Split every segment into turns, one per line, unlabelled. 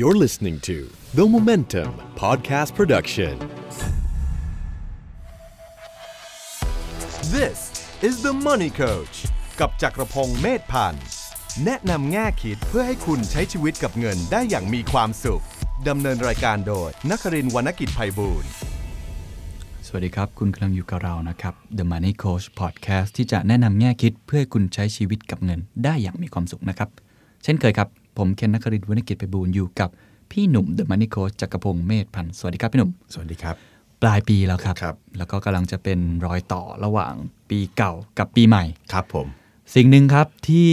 You're listening to The Momentum Podcast Production.
This is the Money Coach กับจักรพงศ์เมธพันธ์ แนะนำแง่คิดเพื่อให้คุณใช้ชีวิตกับเงินได้อย่างมีความสุข ดำเนินรายการโดยนักรินทร์วรรณกิจไพบูลย์
สวัสดีครับ คุณกำลังอยู่กับเรานะครับ The Money Coach Podcast ที่จะแนะนำแง่คิดเพื่อให้คุณใช้ชีวิตกับเงินได้อย่างมีความสุขนะครับ เช่นเคยครับ ผมเคนนักครินทร์วุฒิกิจไปบูลย์อยู่กับพี่หนุ่ม The Money Coach จักรพงศ์เมธพันธ์สวัสดีครับพี่หนุ่ม
สวัสดีครับ
ปลายปีแล้วครับ
ครับ
แล้วก็กำลังจะเป็นรอยต่อระหว่างปีเก่ากับปีใหม่
ครับผม
สิ่งหนึ่งครับที่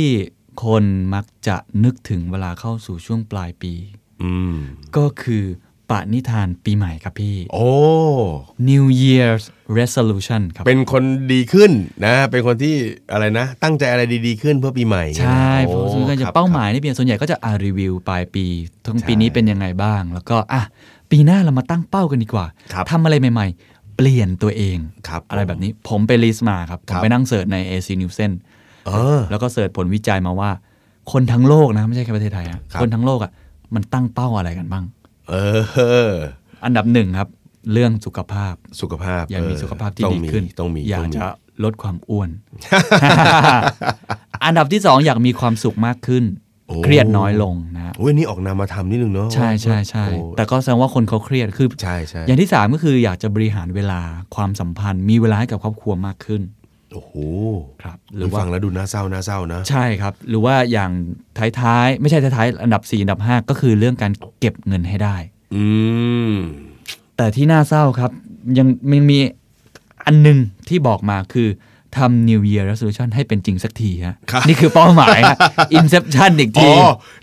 คนมักจะนึกถึงเวลาเข้าสู่ช่วงปลายปี
อืม
ก็คือปานิธานปีใหม่ครับพี่
โอ้
New Year's Resolution ครับ
เป็นคนดีขึ้นนะ เป็นคนที่อะไรนะ ตั้งใจอะไรดีๆขึ้นเพื่อปีใหม่
ใช่
โ
เพราะฉะนั้น
ค
จะ
รับ
เป้าห
ครั
มายในเปียส่วนใหญ่ก็จะอารีวิวปลายปีทั้ง
ใช่
ปีนี้เป็นยังไงบ้าง แล้วก็อ่ะปีหน้าเรามาตั้งเป้ากันดีกว่า
ครับ
ทำอะไรใหม่ ๆ เปลี่ยนตัวเอง
ครับ
อะไรแบบนี้ผมไปลิสต์มาครับ ผ
ครั
ม
บ
ไปนั่งเสิร์ชใน AC Nielsen
บเออ
แล้วก็เสิร์ชผลวิจัยมาว่า คนทั้งโลกนะ ไม่ใช่แค่ประเทศไทยนะครับ คนทั้งโลกอ่ะมันตั้งเป้าอะไรกันบ้าง
เออ
อันดับหนึ่งครับ เรื่องสุขภาพ
สุขภาพ
อยากมี
เ
สุขภาพที่
ต้อง
ดี
มี
ขึ้น
ต้องมี
อยา
ต้
ก
งมี
จะลดความอ้ วน อันดับที่สองอยากมีความสุขมากขึ้น เครียดน้อยลงนะ
โอ้ยนี่ออกนามมาทำนิดนึงเนาะ
ใช่ใช่ใช่
โอ้
แต่ก็แสดงว่าคนเขาเครียด คือ
ใช่ใช่
อย่างที่สามก็คืออยากจะบริหารเวลาความสัมพันธ์ มีเวลาให้กับครอบครัวมากขึ้น
โอ้โห
ครับ ห
ห
รื
รือ อ
ว่า
ฟังแล้วดูน่าเศร้าน่าเศร้านะ
ใช่ครับ หรือว่าอย่างท้ายๆ ไม่ใช่ท้ายๆ อันดับสี่อันดับห้าก็คือเรื่องการเก็บเงินให้ได้
อืม
แต่ที่น่าเศร้าครับ ยังยังมีอันหนึงที่บอกมาคือทำ New Year Resolution ให้เป็นจริงสักทีฮะ
ครับ
นี่คือเป้าหมาย ฮะ Inception อีก
อ๋
ที
อ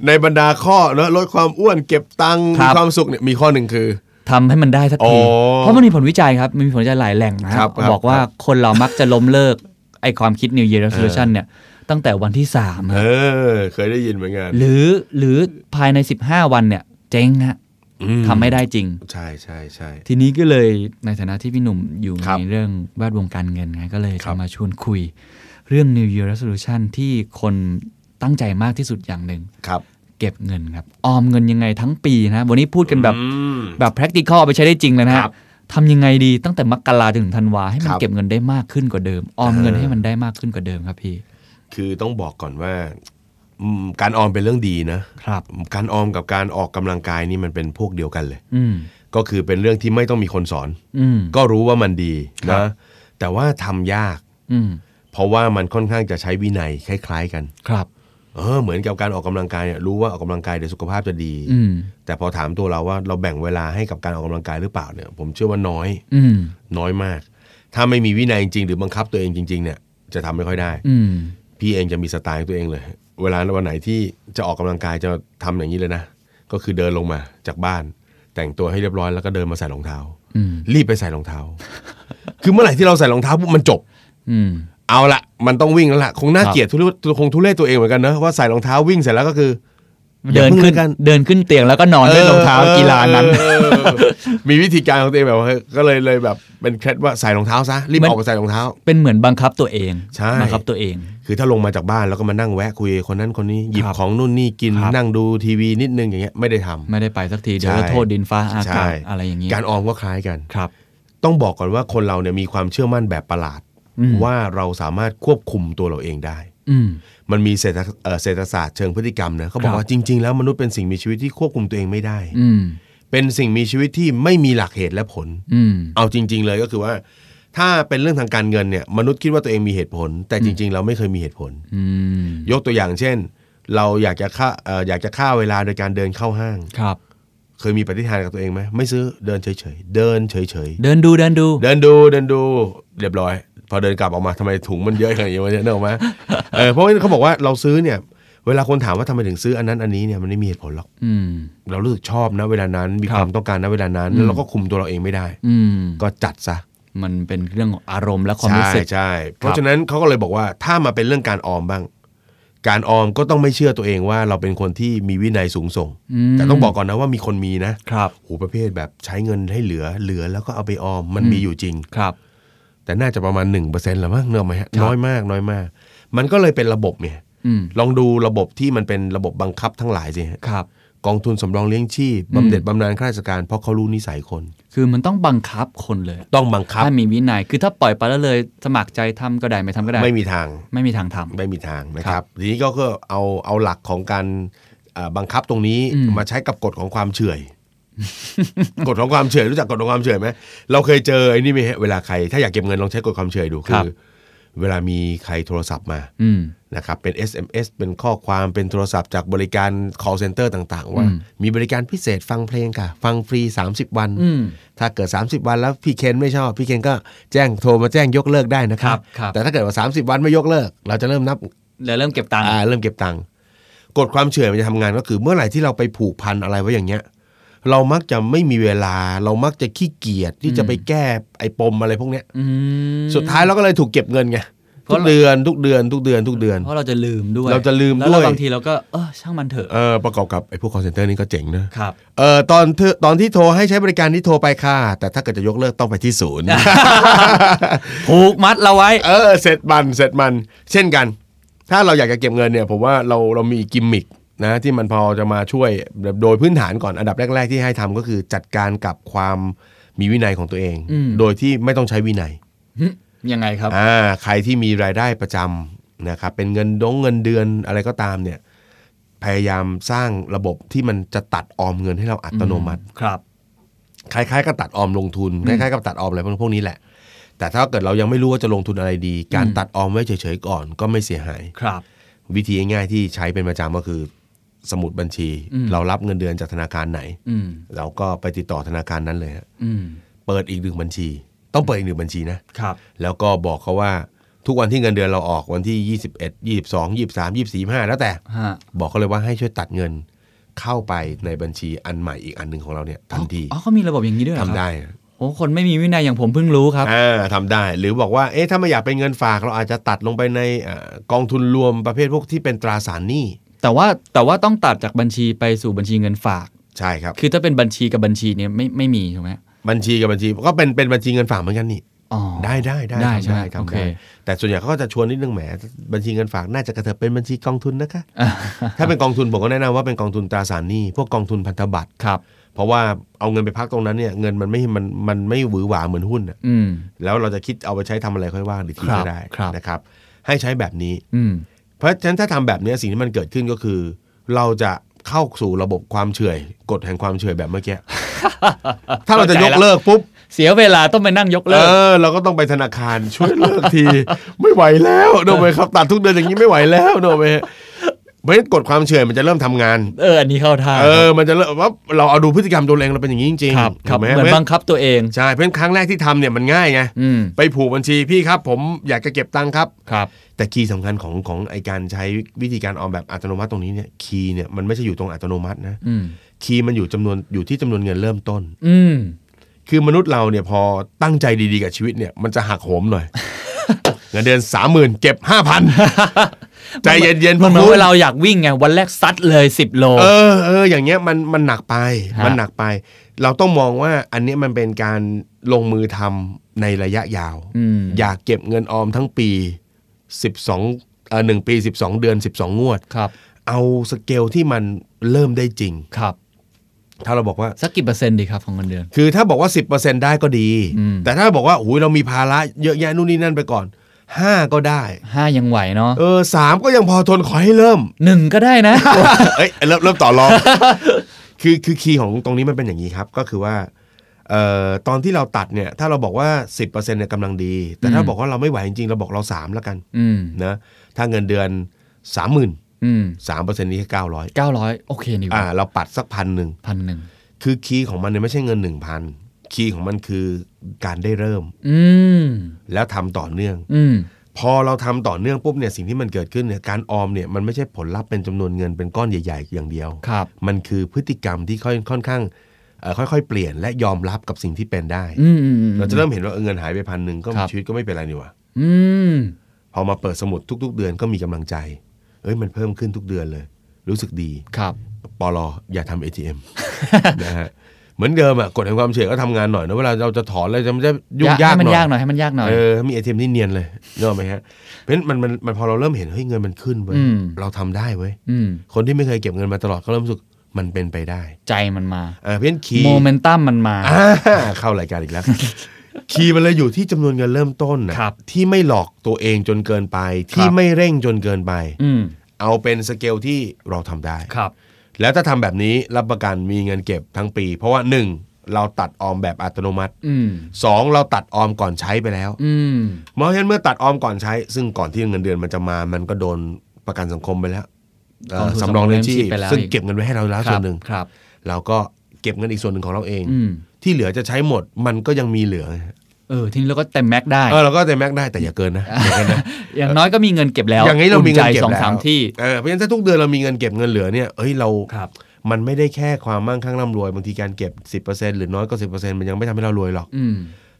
ในบรรดาข้อเนอะลดความอ้วนเก็บตังค์
ครับ
มีความสุขเนี่ยมีข้อหนึ่งคือ
ทำให้มันได้สักที
อ๋อ
เพราะมันมีผลวิจัยครับ มันมีผลวิจัยหลายแหล่งนะฮะ
ครับครับ
บอกว่าคนเรามักจะล้มเลิก ไอความคิด New Year Resolution เนี่ย ตั้งแต่วันที่3
เอ
ฮะ
อ เคยได้ยินเหมือนกัน
หรือหรือภายใน 15 วันเนี่ย เจ๊งฮะ
อื
ทำไม่ได้จริง
ใช่ใช่ใช่
ทีนี้ก็เลยในฐานะที่พี่หนุ่มอยู่
ครับ
ในเรื่องแวดวงการเงินไงก็เลย
ครั
จะ
บ
มาชวนคุย เรื่อง New Year Resolution ที่คนตั้งใจมากที่สุดอย่างหนึ่ง
ครับ
เก็บเงินครับ ออมเงินยังไงทั้งปีนะ วันนี้พูดกันแบบ
อืม
แบบ practical เอาไปใช้ได้จริงเลยนะฮะ
ครับ
ทำยังไงดีตั้งแต่มกราจนถึงธันวาให้มั
คน รับ
เก็บเงินได้มากขึ้นกว่าเดิม ออมเงินให้มันได้มากขึ้นกว่าเดิมครับพี่
คือต้องบอกก่อนว่าอืมการออมเป็นเรื่องดีนะ
ครับ
การออมกับการออกกำลังกายนี่มันเป็นพวกเดียวกันเลย
อืม
ก็คือเป็นเรื่องที่ไม่ต้องมีคนสอน
อืม
ก็รู้ว่ามันดีนะ แต่ว่าทำยาก
อืม
เพราะว่ามันค่อนข้างจะใช้วินัยคล้ายๆกัน
ครับ
เออเหมือนกับการออกกำลังกายเนี่ยรู้ว่าออกกำลังกายเดี๋ยวสุขภาพจะดี
อืม
แต่พอถามตัวเราว่าเราแบ่งเวลาให้กับการออกกำลังกายหรือเปล่าเนี่ย ผมเชื่อว่าน้อย
อืม
น้อยมาก ถ้าไม่มีวินัยจริงๆหรือบังคับตัวเองจริง ๆ เนี่ยจะทำไม่ค่อยได้
อืม
พี่เองจะมีสไตล์ของตัวเองเลย เวลาวันไหนที่จะออกกำลังกายจะทำอย่างนี้เลยนะ ก็คือเดินลงมาจากบ้าน แต่งตัวให้เรียบร้อยแล้วก็เดินมาใส่รองเท้า
อืม
รีบไปใส่รองเท้า คือเมื่อไหร่ที่เราใส่รองเท้าปุ๊บมันจบ
อืม
เอาละมันต้องวิ่งแล้วละคงน่า
ครับ
เกลียดทุเรศคงทุเรศตัวเองเหมือนกันนะว่าใส่รองเท้าวิ่งเสร็จแล้วก็คือ
เดินขึ้น
อย่า
เดินขึ้นเตียงแล้วก็นอน
พิ่
ด้วยรองเท้า
ออ
กีฬานั้น
เออเออมีวิธีการของตัวเองแบบว่าก็เลยเลยแบบเป็นเคล็ดว่าใส่รองเท้าซะรีบ
มัน
ออกไปใส่รองเท้า
เป็นเหมือนบังคับตัวเอง
ใช่
บังคับตัวเอง
คือถ้าลงมาจากบ้านแล้วก็มานั่งแวะคุยคนนั้นคนนี้หยิบ
ครับ
ของนู่นนี่กิน
ครับ
นั่งดูทีวีนิดนึงอย่างเงี้ยไม่ได้ทำ
ไม่ได้ไปสักที เดี๋ยว
ใช่
จะโทษดินฟ้าอา
ใช่
กาศอะไรอย่างนี้
การออมก็คล้ายกัน
ครับ
ต้องบอกก่อนว่าคนเราเนี่ยมีความเชื่อมั่นแบบประหลาด
อืม
ว่าเราสามารถควบคุมตัวเราเองได้
อืม
มันมีเศรษฐเอ่อเศรษฐศาสตร์เชิงพฤติกรรมนะเขาบ
ค
อ
รั
ก
บ
ว่าจริง ๆ แล้วมนุษย์เป็นสิ่งมีชีวิตที่ควบคุมตัวเองไม่ได้
อืม
เป็นสิ่งมีชีวิตที่ไม่มีหลักเหตุและผล
อืม
เอาจริง ๆ เลยก็คือว่า ถ้าเป็นเรื่องทางการเงินเนี่ยมนุษย์คิดว่าตัวเองมีเหตุผล แต่จริง ๆ เราไม่เคยมีเหตุผล
อืม
ยกตัวอย่างเช่น เราอยากจะฆ่าเอ่ออยากจะฆ่าเวลาโดยการเดินเข้าห้าง
ครับ
เคยมีปฏิทานกับตัวเองไหมไม่ซื้อเดินเฉยๆเดินเฉย
เดินดูเดินดู
ๆเดินดูเดินดูเรียบร้อย พอเดินกลับออกมาทำไมถุงมันเยอะขนาดนี้วะเนี่ยนึกออกไหมเออเพราะว่าเขาบอกว่าเราซื้อเนี่ย เวลาคนถามว่าทำไมถึงซื้ออันนั้นอันนี้เนี่ยมันไม่มีเหตุผลหรอก
อืม
เรารู้สึกชอบนะเวลานั้นมี
ครับ
ความต้องการนะเวลานั้นแล้วเราก็คุมตัวเราเองไม่ได้
อืม
ก็จัดซะ
มันเป็นเรื่องของอารมณ์และความรู้สึก
ใช่เพราะฉะนั้นเขาก็เลยบอกว่าถ้ามาเป็นเรื่องการออมบ้าง การออมก็ต้องไม่เชื่อตัวเองว่าเราเป็นคนที่มีวินัยสูงส่ง
อืม
แต่ต้องบอกก่อนนะว่ามีคนมีนะ
ครับ
โอ้โหประเภทแบบใช้เงินให้เหลือเหลือแล้วก็เอาไปออมมันมีอยู่จริง
ครับ
แต่น่าจะประมาณ 1%ละมั้งเนอะไหมฮะ
ครับ
น้อยมากน้อยมาก มันก็เลยเป็นระบบเนี่ย
อืม
ลองดูระบบที่มันเป็นระบบบังคับทั้งหลายสิฮะ
ครับ
กองทุนสำรองเลี้ยงชีพบำเหน็จบำนาญข้าราชการเพราะเขารู้นิสัยคน
คือมันต้องบังคับคนเลย
ต้องบังคับ
ถ้ามีวินัย คือถ้าปล่อยไปแล้วเลย สมัครใจทำก็ได้ไม่ทำก็ได้
ไม่มีทาง
ไม่มีทางทำ
ไม่มีทางนะครับทีนี้ก็ก็เอาเอาหลักของการเอ่อบังคับตรงนี้มาใช้กับกฎของความเฉอย กฎของความเฉอยรู้จักกฎของความเฉอยไหมเราเคยเจอไอ้นี่ไหมฮะเวลาใคร ถ้าอยากเก็บเงินลองใช้กฎความเฉอยดู
ค
คื
รับ
อ เวลามีใครโทรศัพท์มา
อืม
นะครับเป็น SMS เป็นข้อความเป็นโทรศัพท์จากบริการ call center ต่าง ๆ ว่า
อืม
มีบริการพิเศษฟังเพลงค่ะ ฟังฟรี 30 วัน
อืม
ถ้าเกิด 30 วันแล้วพี่เคนไม่ชอบ พี่เคนก็แจ้งโทรมาแจ้งยกเลิกได้นะครั
ครั
บ
บครับ
แต่ถ้าเกิดว่า 30 วันไม่ยกเลิก เราจะเริ่มนับ
แล้วเริ่มเก็บตังค์
อ่าเริ่มเก็บตังค์กฎความเฉื่อยมันจะทำงานก็คือ เมื่อไหร่ที่เราไปผูกพันอะไรไว้อย่างเงี้ย เรามักจะไม่มีเวลา เรามักจะขี้เกียจที่จะไปแก้ไอ้ปมอะไรพวกเนี้ย
อืม
สุดท้ายเราก็เลยถูกเก็บเงินไง
เพ
ทุ
ราะ
กเดือนทุกเดือนทุกเดือนทุกเดือน
เพราะเราจะลืมด้วย
เราจะลืม
แล้วเา
ด้วย
บางทีเราก็เออช่างมันเถอะ
เออประกอบกับไอ้พวก call center นี่ก็เจ๋งนะครับ เออตอนเธอตอนที่โทรให้ใช้บริการที่โทรไปค่ะ แต่ถ้าเกิดจะยกเลิกต้องไปที่ ศูนย์
ผูกมัดเราไว้
เออเสร็จมันเสร็จมันเช่นกัน ถ้าเราอยากจะเก็บเงินเนี่ยผมว่าเราเรามีกิมมิคนะที่มันพอจะมาช่วยแบบโดยพื้นฐานก่อนอันดับแรก ๆ ที่ให้ทำก็คือจัดการกับความมีวินัยของตัวเอง
อืม
โดยที่ไม่ต้องใช้วินัย
หึยังไงครับ
อ่าใครที่มีรายได้ประจำนะครับเป็นเงินดงเงินเดือนอะไรก็ตามเนี่ยพยายามสร้างระบบที่มันจะตัดออมเงินให้เราอัตโนมัติ
ครับ
คล้ายๆกับตัดออมลงทุนคล้ายๆกับตัดออมอะไรพวกนี้แหละ แต่ถ้าเกิดเรายังไม่รู้ว่าจะลงทุนอะไรดี การตัดออมไว้เฉยๆก่อนก็ไม่เสียหาย
ครับ
วิธีง่ายๆที่ใช้เป็นประจำก็คือ สมุดบัญชี
อืม
เรารับเงินเดือนจากธนาคารไหน
อืม
เราก็ไปติดต่อธนาคารนั้นเลยฮะ
อืม
เปิดอีกหนึ่งบัญชี ต้องเปิดอีกหนึ่งบัญชีนะครับ แล้วก็บอกเขาว่าทุกวันที่เงินเดือนเราออกวันที่ 21 22 23 24 25แล้วแต่
ฮะ
บอกเขาเลยว่าให้ช่วยตัดเงินเข้าไปในบัญชีอันใหม่อีกอันหนึ่งของเราเนี่ยทันที
อ๋อเขามีระบบอย่างนี้ด้วยเหรอ
ทำ
ครับ
ได้ฮะ
โอ้คนไม่มีวินัยอย่างผมเพิ่งรู้ครับ
อ่าทำได้หรือบอกว่าเอ๊ะถ้าไม่อยากเป็นเงินฝากเราอาจจะตัดลงไปในเออกองทุนรวมประเภทพวกที่เป็นตราสารหนี้
แต่ว่าแต่ว่าต้องตัดจากบัญชีไปสู่บัญชีเงินฝาก
ใช่ครับ
คือถ้าเป็นบัญชีกับบัญชีเนี่ยไม่ไม่มีถูกไหม
บัญชีกับบัญชีก็เป็นเป็นบัญชีเงินฝากเหมือนกันนี่
อ๋อ
ได้ได้ได้
ได้
ทำ
ใช่ไหม
ทำ
โอเค
ได้แต่ส่วนใหญ่เขาก็จะชวนนิดนึงแหมบัญชีเงินฝากน่าจะกระเถิบเป็นบัญชีกองทุนนะคะ ถ้าเป็นกองทุนผมก็แนะนำว่าเป็นกองทุนตราสารหนี้พวกกองทุนพันธบัตร
ครับ
เพราะว่าเอาเงินไปพักตรงนั้นเนี่ยเงินมันไม่มันมันไม่หวือหวาเหมือนหุ้นน่ะ
อืม
แล้วเราจะคิดเอาไปใช้ทำอะไรค่อยว่าหรือที
ครับ
ก็ได้
ครับ
นะครับให้ใช้แบบนี้
อืม
เพราะฉะนั้นถ้าทำแบบเนี้ยสิ่งที่มันเกิดขึ้นก็คือ เราจะเข้าสู่ระบบความเฉื่อยกฎแห่งความเฉื่อยแบบเมื่อกี้ ถ้าเราจะยกเลิกปุ๊บ
เสียเวลาต้องไปนั่งยก
เอ
เลิก
อเราก็ต้องไปธนาคารช่วยเลิกที ไม่ไหวแล้วโดนไหมครับตัดทุกเดือนอย่างนี้ไม่ไหวแล้วโดนไหมฮะเพราะฉะนั้นกฎความเฉื่อยมันจะเริ่มทำงาน
เออ อันนี้เข้าท่า
เออ มันจะเริ่มว่าเราเอาดูพฤติกรรมตัวเองเราเป็นอย่างนี้จริง
ครับ
ๆ
ครับ
ถูกไหม
เหมือ
เพ
น
ราะฉะ
บังคับตัวเอง
ใช่เพราะฉะนั้นครั้งแรกที่ทำเนี่ยมันง่ายไง
อืม
ไปผูกบัญชีพี่ครับ ผมอยากจะเก็บตังค์ครับ
ครับ
แต่คีย์สำคัญของของไอการใช้วิธีการออมแบบอัตโนมัติตรงนี้เนี่ยคีย์เนี่ยมันไม่ใช่อยู่ตรงอัตโนมัตินะ
อืม
คีย์มันอยู่จำนวนอยู่ที่จำนวนเงินเริ่มต้น
อืม
คือมนุษย์เราเนี่ยพอตั้งใจดีๆกับชีวิตเนี่ยมันจะหักโหมหน่อย เงินเดือนสามหมื่นเก็บห้าพัน ใจเย็นๆ
มันเหมือน
พวกคุ
เว
ณ
ลาเราอยากวิ่งไง วันแรกซัดเลย10โล
เออเอออย่างเงี้ยมันมันหนักไป
ฮะ
มันหนักไป เราต้องมองว่าอันเนี้ยมันเป็นการลงมือทำในระยะยาว
ม
อยากเก็บเงินออมทั้งปี 12เอ่อหนึ่งปี 12 เดือน 12 งวด
ครับ
เอาสเกลที่มันเริ่มได้จริง
ครับ
ถ้าเราบอกว่า
สักกี่เปอร์เซ็นต์ดีครับของเงินเดือน
คือถ้าบอกว่า 10%ได้ก็ดี
อืม
แต่ถ้าบอกว่าโอ้ยเรามีภาระเยอะแยะนู่นนี่นั่นไปก่อน 5 ก็ได้
ห้ายังไหวเนาะ
เออสามก็ยังพอทนขอให้เริ่ม
หนึ่งก็ได้นะ
เอ้ยเริ่มเริ่มต่อรอง คือคือคีย์ของตรงนี้มันเป็นอย่างนี้ครับ ก็คือว่าเอ่อตอนที่เราตัดเนี่ย ถ้าเราบอกว่า 10%เนี่ยกำลังดี แต่ถ้า
อืม
บอกว่าเราไม่ไหวจริงๆเราบอกเราสามแล้วกัน
อืม
นะถ้าเงินเดือน 30,000
อืม
3เปอร์เซ็นต์นี้แค่900
เก้าร้อยโอเคนี่
อ่า
ว่า
เราปัดสักพันหนึ่ง
พันหนึ่ง
คือคีย์ของมันเนี่ยไม่ใช่เงิน 1,000 คีย์ของมันคือการได้เริ่ม
อืม
แล้วทำต่อเนื่อง
อืม
พอเราทำต่อเนื่องปุ๊บเนี่ยสิ่งที่มันเกิดขึ้นเนี่ยการออมเนี่ยมันไม่ใช่ผลลัพธ์เป็นจำนวนเงินเป็นก้อนใหญ่ ๆ อย่างเดียว
ครับ
มันคือพฤติกรรมที่ค่อยค่อนข้างเอ่อค่อย ๆ เปลี่ยนและยอมรับกับสิ่งที่เป็นได้
อืมอืมอืม
เราจะเริ่มเห็นว่าเออเงินหายไปพันหนึ่งก็
ครับ
ชีวิตก็ไม่เป็นไรนี่หว่า
อืม
พอมาเปิดสมุดทุก ๆ เดือนก็มีกำลังใจ เอ้ยมันเพิ่มขึ้นทุกเดือนเลย รู้สึกดี
ครับ
ปลออย่าทำ ATM นะฮะเหมือนเดิมอะกฎแห่งความเฉื่อยก็ทำงานหน่อยนะเวลาเราจะถอนอะไรจะมันจะยุ่งยาก
ให้มั
ห
น
น่อย
ยากหน่อยให้มันยากหน่อย
เออถ้ามี ATM ที่เนียนเลยเนกอะไหมฮะเพราะฉะนั้นมันมันมันพอเราเริ่มเห็นเฮ้ยเงินมันขึ้นเว้ย
อืม
เราทำได้เว้ย
อืม
คนที่ไม่เคยเก็บเงินมาตลอดก็เริ่มรู้สึก มันเป็นไปได้
ใจมันมา
อ่าเพี้ยนคีย์
โมเมนตัมมันมา
อ่าเข้ารายการอีกแล้ว คีย์มันเลยอยู่ที่จำนวนเงินเริ่มต้นนะครับที่ไม่หลอกตัวเองจนเกินไป ที่
ครับ
ไม่เร่งจนเกินไป
อืม
เอาเป็นสเกลที่เราทำได้
ครับ
แล้วถ้าทำแบบนี้รับประกันมีเงินเก็บทั้งปี เพราะว่าหนึ่งเราตัดออมแบบอัตโนมัติ
อืม
สองเราตัดออมก่อนใช้ไปแล้ว
อืม
เพราะฉะนั้นเมื่อตัดออมก่อนใช้ ซึ่งก่อนที่เงินเดือนมันจะมา มันก็โดนประกันสังคมไปแล้วเอ่อก
ทุน
สำรองเลี้ยงชีพ
ไปแล้ว
ซึ่งเก็บเงินไว้ให้เราแล้ว
ค
ส่
รั
ว
บ
นหนึ่ง
ครับ
เราก็เก็บเงินอีกส่วนหนึ่งของเราเอง
อืม
ที่เหลือจะใช้หมดมันก็ยังมีเหลือ
เออทีนี้เราก็เต็มแม็กซ์ได้
เออเราก็แต่แม็กได้แต่อย่าเกินนะอย่าเกินนะ
อย่างน้อยก็มีเงินเก็บแล้ว
อย่างนี้เรามีเงิน
อุ่
เก็
ใจ
บ
สอง
แล้ว
สามที่
เออเพราะฉะนั้นถ้าทุกเดือนเรามีเงินเก็บเงินเหลือเนี่ยเอ้ยเรา
ครับ
มันไม่ได้แค่ความมั่งคั่งร่ำรวยบางทีการเก็บ 10%หรือน้อยกว่า10%มันยังไม่ทำให้เรารวยหรอก
อืม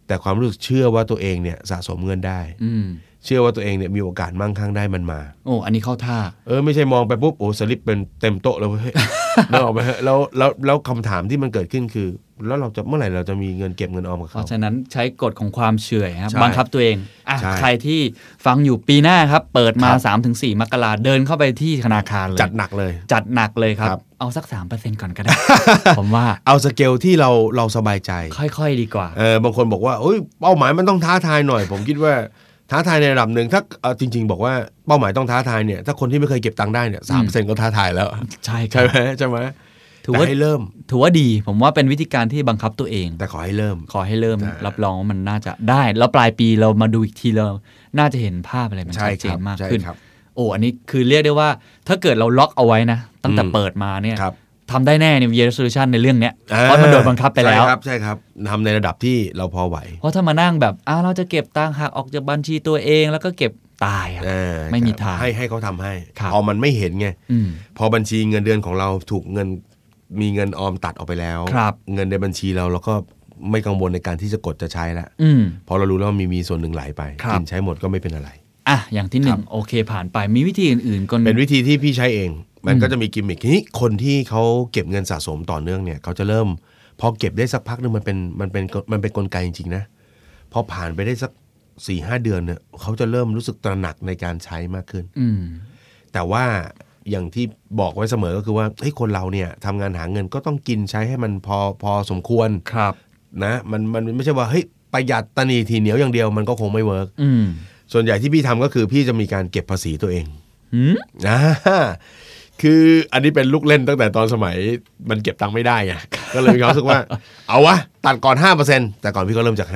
แต่ความรู้สึกเชื่อว่าตัวเองเนี่ยสะสมเงินได้
อืม
เชื่อว่าตัวเองเนี่ยมีโอกาสมั่งคั่งได้มันมา
โอ้อันนี้เข้าท่า
เออไม่ใช่มองไปปุ๊บโอ้สลิปเป็นเต็มโต๊ะเลยเว้ย นึกออกไหมฮะแล้วแล้วแล้วคำถามที่มันเกิดขึ้นคือ แล้วเราจะเมื่อไหร่เราจะมีเงินเก็บเงินออมกับ
เพ
เขา
ราะฉะนั้นใช้กฎของความเฉื่อยครับ
ใช่
บังคับตัวเองอ่ะ
ใช่
ใครที่ฟังอยู่ปีหน้าครับ เปิดมา
ครับ
3-4 มกราเดินเข้าไปที่ธนาคารเลย
จัดหนักเลย
จัดหนักเลยครับ
ครับ
เอาสัก 3%ก่อนก็ได้ ผมว่า
เอาสเกลที่เราเราสบายใจ
ค่อยๆดีกว่า
เออบางคนบอกว่าเอ้ยเป้าหมายมันต้องท้าทายหน่อย ผมคิดว่าท้าทายในระดับหนึ่งถ้าเอ่อจริง ๆ บอกว่าเป้าหมายต้องท้าทายเนี่ยถ้าคนที่ไม่เคยเก็บตังค์ได้เนี่ยสามเปอร์เซ็นต์ก็ท้าทายแล้ว
ใช่ครั
ใช่
บ
ไหมใช่ไหม
ถือ
แต่
ว่า
ให้เริ่ม
ถือว่าดี ผมว่าเป็นวิธีการที่บังคับตัวเอง
แต่ขอให้เริ่ม
ขอให้เริ่ม
ใช่
รับรองว่ามันน่าจะได้ แล้วปลายปีเรามาดูอีกทีเราน่าจะเห็นภาพอะไรมัน
ใช่
ชัด
ครับ
เจนมาก
ใช่
ขึ้น
ครับ
โอ้อันนี้คือเรียกได้ว่า ถ้าเกิดเราล็อกเอาไว้นะ ตั้งแต่
อืม
เปิดมาเนี่ย
ครับ
ทำได้แน่ใน year resolution ในเรื่องเนี้ยเพราะมันโดนบังคับไปแล้ว
ใช่ครับใช่ครับทำในระดับที่เราพอไหว
เพราะถ้ามานั่งแบบอ้าวเราจะเก็บตังค์หักออกจากบัญชีตัวเองแล้วก็เก็บตายอะ
เออ
ไม่มีทาง
ให้ให้เขาทำให้
ครับ
พอมันไม่เห็นไง
อืม
พอบัญชีเงินเดือนของเราถูกเงินมีเงินออมตัดออกไปแล้ว
ครับ
เงินในบัญชีเราเราก็ไม่กังวลในการที่จะกดจะใช้ละ
อืม
เพอเรารู้แล้วว่ามีมีส่วนหนึ่งไหลไป
ครับ
กิใช้หมดก็ไม่เป็นอะไร
อ่ะอย่างที่หนึ่งโอเคผ่านไปมีวิธีอื่นๆก็
เป็นวิธีที่พี่ใช้เอง มันก็จะมีกิมมิคทีนี้คนที่เขาเก็บเงินสะสมต่อเนื่องเนี่ยเขาจะเริ่ม พอเก็บได้สักพักหนึงมันเป็นมันเป็นมันเป็นกลไกจริงๆนะพอผ่านไปได้สักสี่ห้าเดือนเนี่ยเขาจะเริ่มรู้สึกตระหนักในการใช้มากขึ้น
อืม
แต่ว่าอย่างที่บอกไว้เสมอก็คือว่าเฮ้ยคนเราเนี่ยทำงานหาเงินก็ต้องกินใช้ให้มันพอพอสมควร
ครับ
นะมันมันมันไม่ใช่ว่าเฮ้ยประหยัดตะหนีทีเหนียวอย่างเดียวมันก็คงไม่เวิร์ก
อืม
ส่วนใหญ่ที่พี่ทำก็คือพี่จะมีการเก็บภาษีตัวเอง
หืม
อ่าคืออันนี้เป็นลูกเล่นตั้งแต่ตอนสมัยมันเก็บตังค์ไม่ได้ไง ก็เลยมีความรู้สึกว่า เอาวะ ตัดก่อน 5%แต่ก่อนพี่ก็เริ่มจาก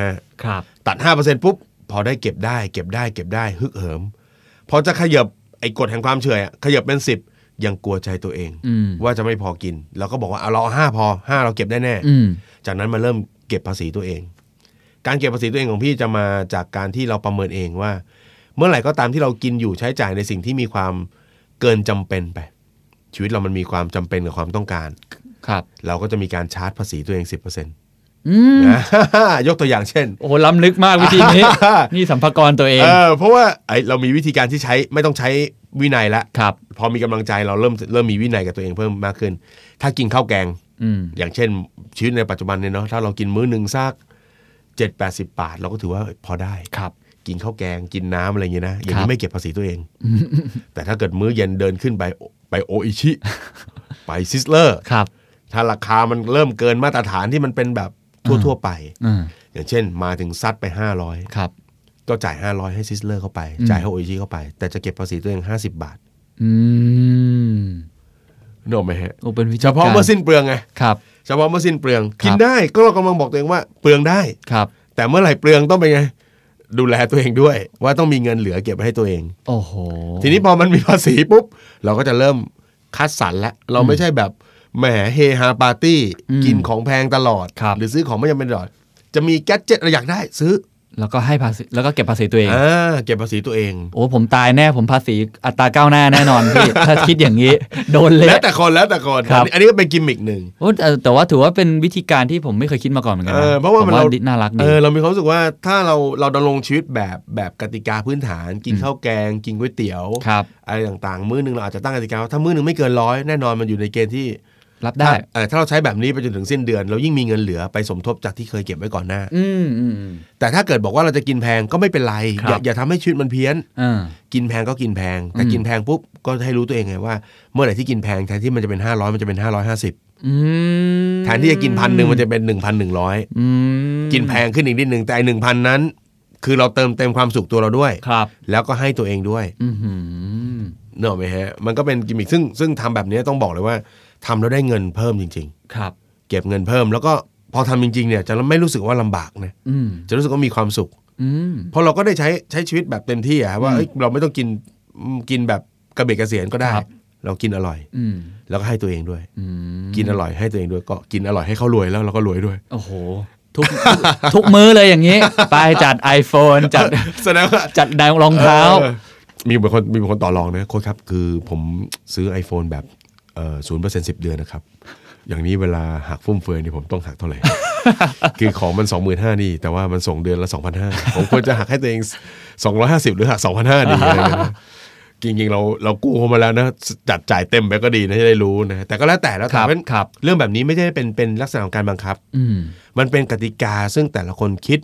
ครับ
5 ตัด 5%ปุ๊บ พอได้เก็บได้เก็บได้เก็บได้ฮึกเหิม พอจะขยบไอ้กฎแห่งความเฉอยอะขยบเป็น 10 ยังกลัวใจตัวเอง
อืม
ว่าจะไม่พอกิน เราก็บอกว่าเอาเราห้าพอห้าเราเก็บได้แน่
อืม
จากนั้นมาเริ่มเก็บภาษีตัวเอง การเก็บภาษีตัวเองของพี่จะมาจากการที่เราประเมินเองว่า เมื่อไหร่ก็ตามที่เรากินอยู่ใช้จ่ายในสิ่งที่มีความเกินจำเป็นไป ชีวิตเรามันมีความจำเป็นกับความต้องการ
ครับ
เราก็จะมีการชาร์จภาษีตัวเอง 10%น
อืม
ะ ยกตัวอย่างเช่น
โอ้โหล้ำลึกมากวิธีนี้ นี่สัมภากระตัวเอง
เออเพราะว่าไอเรามีวิธีการที่ใช้ไม่ต้องใช้วินัยละ
ครับ
พอมีกำลังใจเราเริ่มเริ่มมีวินัยกับตัวเองเพิ่มมากขึ้น ถ้ากินข้าวแกง
อืม
อย่างเช่นชีวิตในปัจจุบันเนี่ยเนาะถ้าเรากินมื้อหนึ่งสักเจ็ดแปดสิบบาท เราก็ถือว่าพอได้
ครับ
กินข้าวแกงกินน้ำอะไรอย่างเงี้ยนะอย่าง
ครั
นี้
บ
ไม่เก็บภาษีตัวเอง แต่ถ้าเกิดมื้อเย็นเดินขึ้นไปไปโออิชิ ไปซิสเลอร์
ครับ
ถ้าราคามันเริ่มเกินมาตรฐานที่มันเป็นแบบทั่ว ๆ ไป
อืม
อย่างเช่น มาถึงซัดไป 500
ครับ
ก็จ่าย 500 ให้ซิสเลอร์เข้าไป
อืม
จ่ายให้โออิชิเข้าไป แต่จะเก็บภาษีตัวเอง 50 บาท
อืม
นึกออกไหมฮะ
โอ้เป็นวิธี
เฉพาะเมื่อสิ้นเปลืองไง
ครับ
เฉพาะเมื่อสิ้นเปลือง
ครับ
กินได้ก็เรากำลังบอกตัวเองว่าเปลืองได้
ครับ
แต่เมื่อไหร่เปลืองต้องเป็นไง ดูแลตัวเองด้วย ว่าต้องมีเงินเหลือเก็บไว้ให้ตัวเอง
โอ้โห
ทีนี้พอมันมีภาษีปุ๊บ เราก็จะเริ่มคัดสรรแล้วเราไม่ใช่แบบแหมเฮฮาปาร์ตี้ กินของแพงตลอด หรือซื้อของไม่จำเป็นตลอด จะมีแก๊สเจ็ตอะไรอยากได้ซื้อ
แล้วก็ให้ภาษีแล้วก็เก็บภาษีตัวเอง
อ่าเก็บภาษีตัวเอง
โอ้ผมตายแน่ผมภาษีอัตราก้าวหน้าแน่นอน พี่ ถ้าคิดอย่างนี้ โดนเล
แล้ว
ย
แต่คนแล้วแต่คน
ครับ
อันนี้อันนี้ก็เป็นกิมมิกหนึ่ง
โอ้แต่แต่ว่าถือว่าเป็นวิธีการที่ผมไม่เคยคิดมาก่อนเหมือนกั
เออเพราะว่า
ผ
มัน
ว่า
เรา
ดิน่ารักดี
เออเรามีความรู้สึกว่าถ้าเราเราดำรงชีวิตแบบแบบกติกาพื้นฐาน กินข้าวแกง กินก๋วยเตี๋ยว
ครับ
อะไรต่างๆ มื้อหนึ่งเราอาจจะตั้งกติกาว่าถ้ามื้อหนึ่งไม่เกินร้อยแน่นอนมันอยู่ในเกณฑ์ที่
รับได้
ถ้าเอ่อถ้าเราใช้แบบนี้ไปจนถึงสิ้นเดือน เรายิ่งมีเงินเหลือไปสมทบจากที่เคยเก็บไว้ก่อนหน้า
อืมอืมอืม
แต่ถ้าเกิดบอกว่าเราจะกินแพงก็ไม่เป็นไร
ครับ
อย่าอย่าทำให้ชีวิตมันเพี้ยน
อ่า
กินแพงก็กินแพง แต่
อืม
กินแพงปุ๊บก็ให้รู้ตัวเองไงว่า เมื่อไหร่ที่กินแพงแทนที่มันจะเป็น 500 มันจะเป็น 550
อืม
แทนที่จะกินพันหนึ่งมันจะเป็น 1,100
อืม
กินแพงขึ้นอีกนิดหนึ่งแต่ไอ้หนึ่งพันนั้น คือเราเติมเต็มความสุขตัวเราด้วย
ครับ
แล้วก็ให้ตัวเองด้วย
อือหือ
เนกอะไหมฮะมันก็เป็นกิมมิคซึ่งซึ่งทำแบบนี้ต้องบอกเลยว่าทำแล้วได้เงินเพิ่มจริง
ครับ
ๆ เก็บเงินเพิ่ม แล้วก็พอทำจริงๆเนี่ยจะไม่รู้สึกว่าลำบากนะ
อืม
จะรู้สึกว่ามีความสุข
อืม
เพราะเราก็ได้ใช้ใช้ชีวิตแบบเต็มที่อะว่าเอ้ยเราไม่ต้องกินอืมกินแบบกระเบียดกระเสียนก็ได้
ครับ
เรากินอร่อย
อืม
แล้วก็ให้ตัวเองด้วย
อืม
กินอร่อยให้ตัวเองด้วยก็กินอร่อยให้เขารวยแล้วเราก็รวยด้วย
โอ้โห ทุกทุกมื้อเลยอย่างนี้ ไปจัด iPhone จั ด
แสดงว่า
จัดดาวรองเท้า
ออมีบางคนมีบางคนต่อรองนะโค้ชครับ คือผมซื้อ iPhone แบบศูนย์เปอร์เซ็นต์สิบเดือนนะครับ อย่างนี้เวลาหักฟุ่มเฟือยนี่ผมต้องหักเท่าไหร่ คือของมัน 2 5 0 0 0นี่ แต่ว่ามันส่งเดือนละ 2,500 ผมควรจะหักให้ตัวเอง 250 หรือหัก 2,500ดีอะไรเงี้ยนะ จริงๆเราเรากู้เขามาแล้วนะจัดจ่ายเต็มไปก็ดีนะจะได้รู้นะแต่ก็แล้วแต่แล้วแต่
ครับ
เพาะฉะนั้น
ครับ
เรื่องแบบนี้ไม่ใช่เป็นเป็นลักษณะของการบังคับ
อืม
มันเป็นกติกาซึ่งแต่ละคนคิด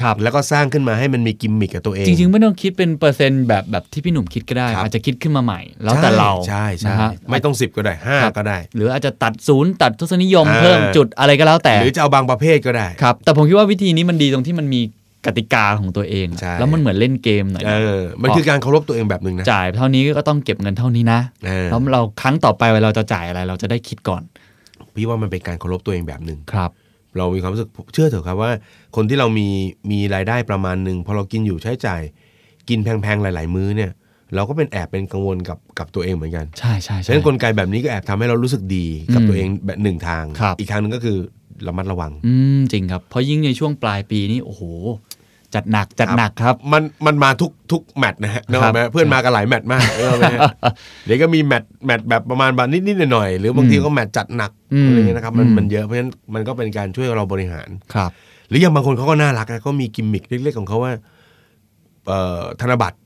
ครับ
แล้วก็สร้างขึ้นมาให้มันมีกิมมิคกับตัวเอง
จริง ๆ ไม่ต้องคิดเป็นเปอร์เซ็นต์แบบแบบที่พี่หนุ่มคิดก็ได้
ครับ
อาจจะคิดขึ้นมาใหม่ แล้วแต่เรา
ใช่ใช่
นะฮะ
ไม่ต้อง 10 ก็ได้ 5 ก็ได้
หรืออาจจะตัดศูนย์ตัดทศนิยม
อ่า
เพิ่มจุดอะไรก็แล้วแต่
หรือจะเอาบางประเภทก็ได้
ครับ แต่ผมคิดว่าวิธีนี้มันดีตรงที่มันมีกติกาของตัวเองอะ
ใช่
แล้วมันเหมือนเล่นเกมหน่อย
เอ
นะ
อมันคือการเคารพตัวเองแบบหนึ่งนะ
จ่ายเท่านี้ก็ต้องเก็บเงินเท่านี้นะ
เออ
แล้วเราครั้งต่อไปเวลาเราจะจ่ายอะไร เราจะได้คิดก่อน
พี่ว่ามันเป็นการเคารพตัวเองแบบหนึ่ง
ครับ
เรามีความรู้สึกเชื่อเถอะครับว่า คนที่เรามีมีรายได้ประมาณหนึ่งพอเรากินอยู่ใช้จ่าย กินแพงๆหลาย ๆ มื้อเนี่ย เราก็เป็นแอบเป็นกังวลกับกับตัวเองเหมือนกัน
ใช่ใช่
ฉะ
ใช่
นั้นกลไกแบบนี้ก็แอบทำให้เรารู้สึกดีกับ
อืม
ตัวเองแบบหนึ่งทาง
ครับ
อีกทางหนึ่งก็คือระมัดระวัง
อืมจริงครับ เพราะยิ่งในช่วงปลายปีนี่โอ้โห จัดหนักจัดหนักครับ
มันมันมาทุกทุกแมตช์นะฮะนึกออกไหม
ครับ
เพื่อนมากันหลายแมตช์ มากนึกออกไหมฮะ เดี๋ยวก็มีแมตช์แมตช์แบบประมาณบานิดนิดๆหน่อยๆหรือบางทีก็แมตช์จัดหนัก
อืม
อะไรเงี้ยนะครับมัน
อืม
มันเยอะเพราะฉะนั้นมันก็เป็นการช่วยเราบริหาร
ครับ
หรืออย่างบางคนเขาก็น่ารักนะเขามีกิมมิคเล็กๆของเขาว่าเอ่อธนบัตร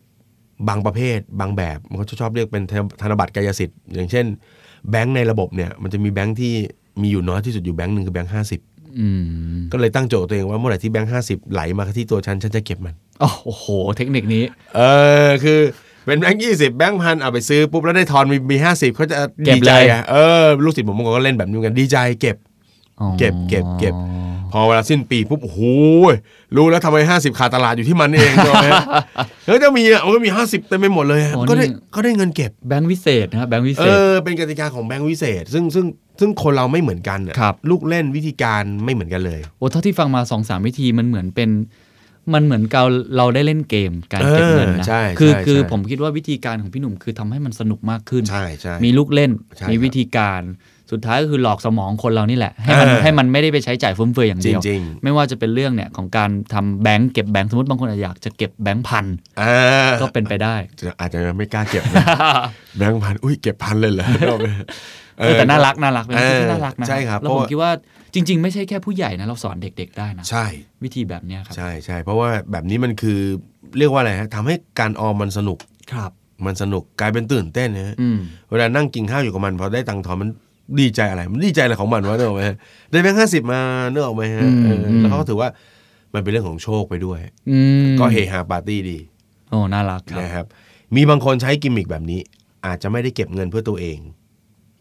บางประเภท บางแบบมันก็ชอบเรียกเป็นธนธนบัตรกายสิทธิ์ อย่างเช่น แบงค์ในระบบเนี่ยมันจะมีแบงค์ที่มีอยู่น้อยที่สุดอยู่แบงค์หนึ่งคือแบงค์ห้าสิบ
อืม
ก็เลยตั้งโจทย์ตัวเองว่าเมื่อไหร่ที่แบงค์ห้าสิบไหลมาที่ตัวฉันฉันจะเก็บมัน
อ้าวโอ้โห เทคนิคนี้
เออคือเป็นแบงค์ยี่สิบแบงค์พันเอาไปซื้อปุ๊บแล้วได้ทอนมีมีห้าสิบเขาจะ
เก็
ดี
บเลย
ใจอ่ะเออลูกศิษย์ผมบางคนก็เล่นแบบนี้เหมือนกันดีใจเก็บ
อ๋อ
เก็บเก็บเก็บ พอเวลาสิ้นปีปุ๊บโอ้โหรู้แล้วทำไมห้าสิบขาดตลาดอยู่ที่มันเองใช่ไหม เฮ้ยจะมีอ่ะมันก็มีห้าสิบเต็มไปหมดเลยอ่ะก็ได้ก็ได้เงินเก็บ
แบงค์วิเศษนะครับแบงค์วิ
เอ
เศษ
อเป็นกติกาของแบงค์วิเศษ ซึ่งซึ่งซึ่งคนเราไม่เหมือนกันอ่ะ
ครับ
ลูกเล่นวิธีการไม่เหมือนกันเลย
โอ้เท่าที่ฟังมาสองสามวิธีมันเหมือนเป็น มันเหมือนเราเราได้เล่นเกมการเก็บเงิน
เอ
นะ
อใช่
คือ
ใช่
คือ
ใช่
ผมคิดว่าวิธีการของพี่หนุ่มคือทำให้มันสนุกมากขึ้น
ใช่ใช่
มีลูกเล่น
ใช่
มีวิธีการสุดท้ายก็คือหลอกสมองคนเรานี่แหละ ให้มัน
เออ
ให้มันไม่ได้ไปใช้จ่ายฟุ่มเฟือยอย่างเดียว
จริง
ไม่ว่าจะเป็นเรื่องเนี่ยของการทำแบงก์เก็บแบงก์สมมติบางคนอาจจะอยากจะเก็บแบงก์พัน
อ่า
ก็เป็นไปได้
อาจจะยังไม่กล้าเก็บนะ แบงค์พัน อุ้ยเก็บพันเลยเหรอ
เออแต่น่ารักน่ารักเป็นวิธีที่น่ารักนะ
ใช่ครับ
แล้วผ
เพราะ
ม
ว่า
คิดว่าจริง ๆ ไม่ใช่แค่ผู้ใหญ่นะเราสอนเด็ก ๆ ได้นะ
ใช่
วิธีแบบเนี้ยครับ
ใช่ใช่เพราะว่าแบบนี้มันคือเรียกว่าอะไรฮะทำให้การออมมันสนุก
ครับ
มันสนุกกลายเป็นตื่นเต้นนะฮะ
อืม
เวลานั่งกินข้าวอยู่กับมันพอได้ตังค์ทอนมันดีใจอะไร มันดีใจอะไรของมันวะเนกอะไหมฮะได้แบงค์ห้าสิบมาเนกอะไหมฮะ
อืม
เอออ
ม
แล้วเขาก็ถือว่ามันเป็นเรื่องของโชคไปด้วย
อืม
ก็เฮฮาปาร์ตี้ดี
โอ้น่ารักครับ
นะครับมีบางคนใช้กิมมิคแบบนี้ อาจจะไม่ได้เก็บเงินเพื่อตัวเอง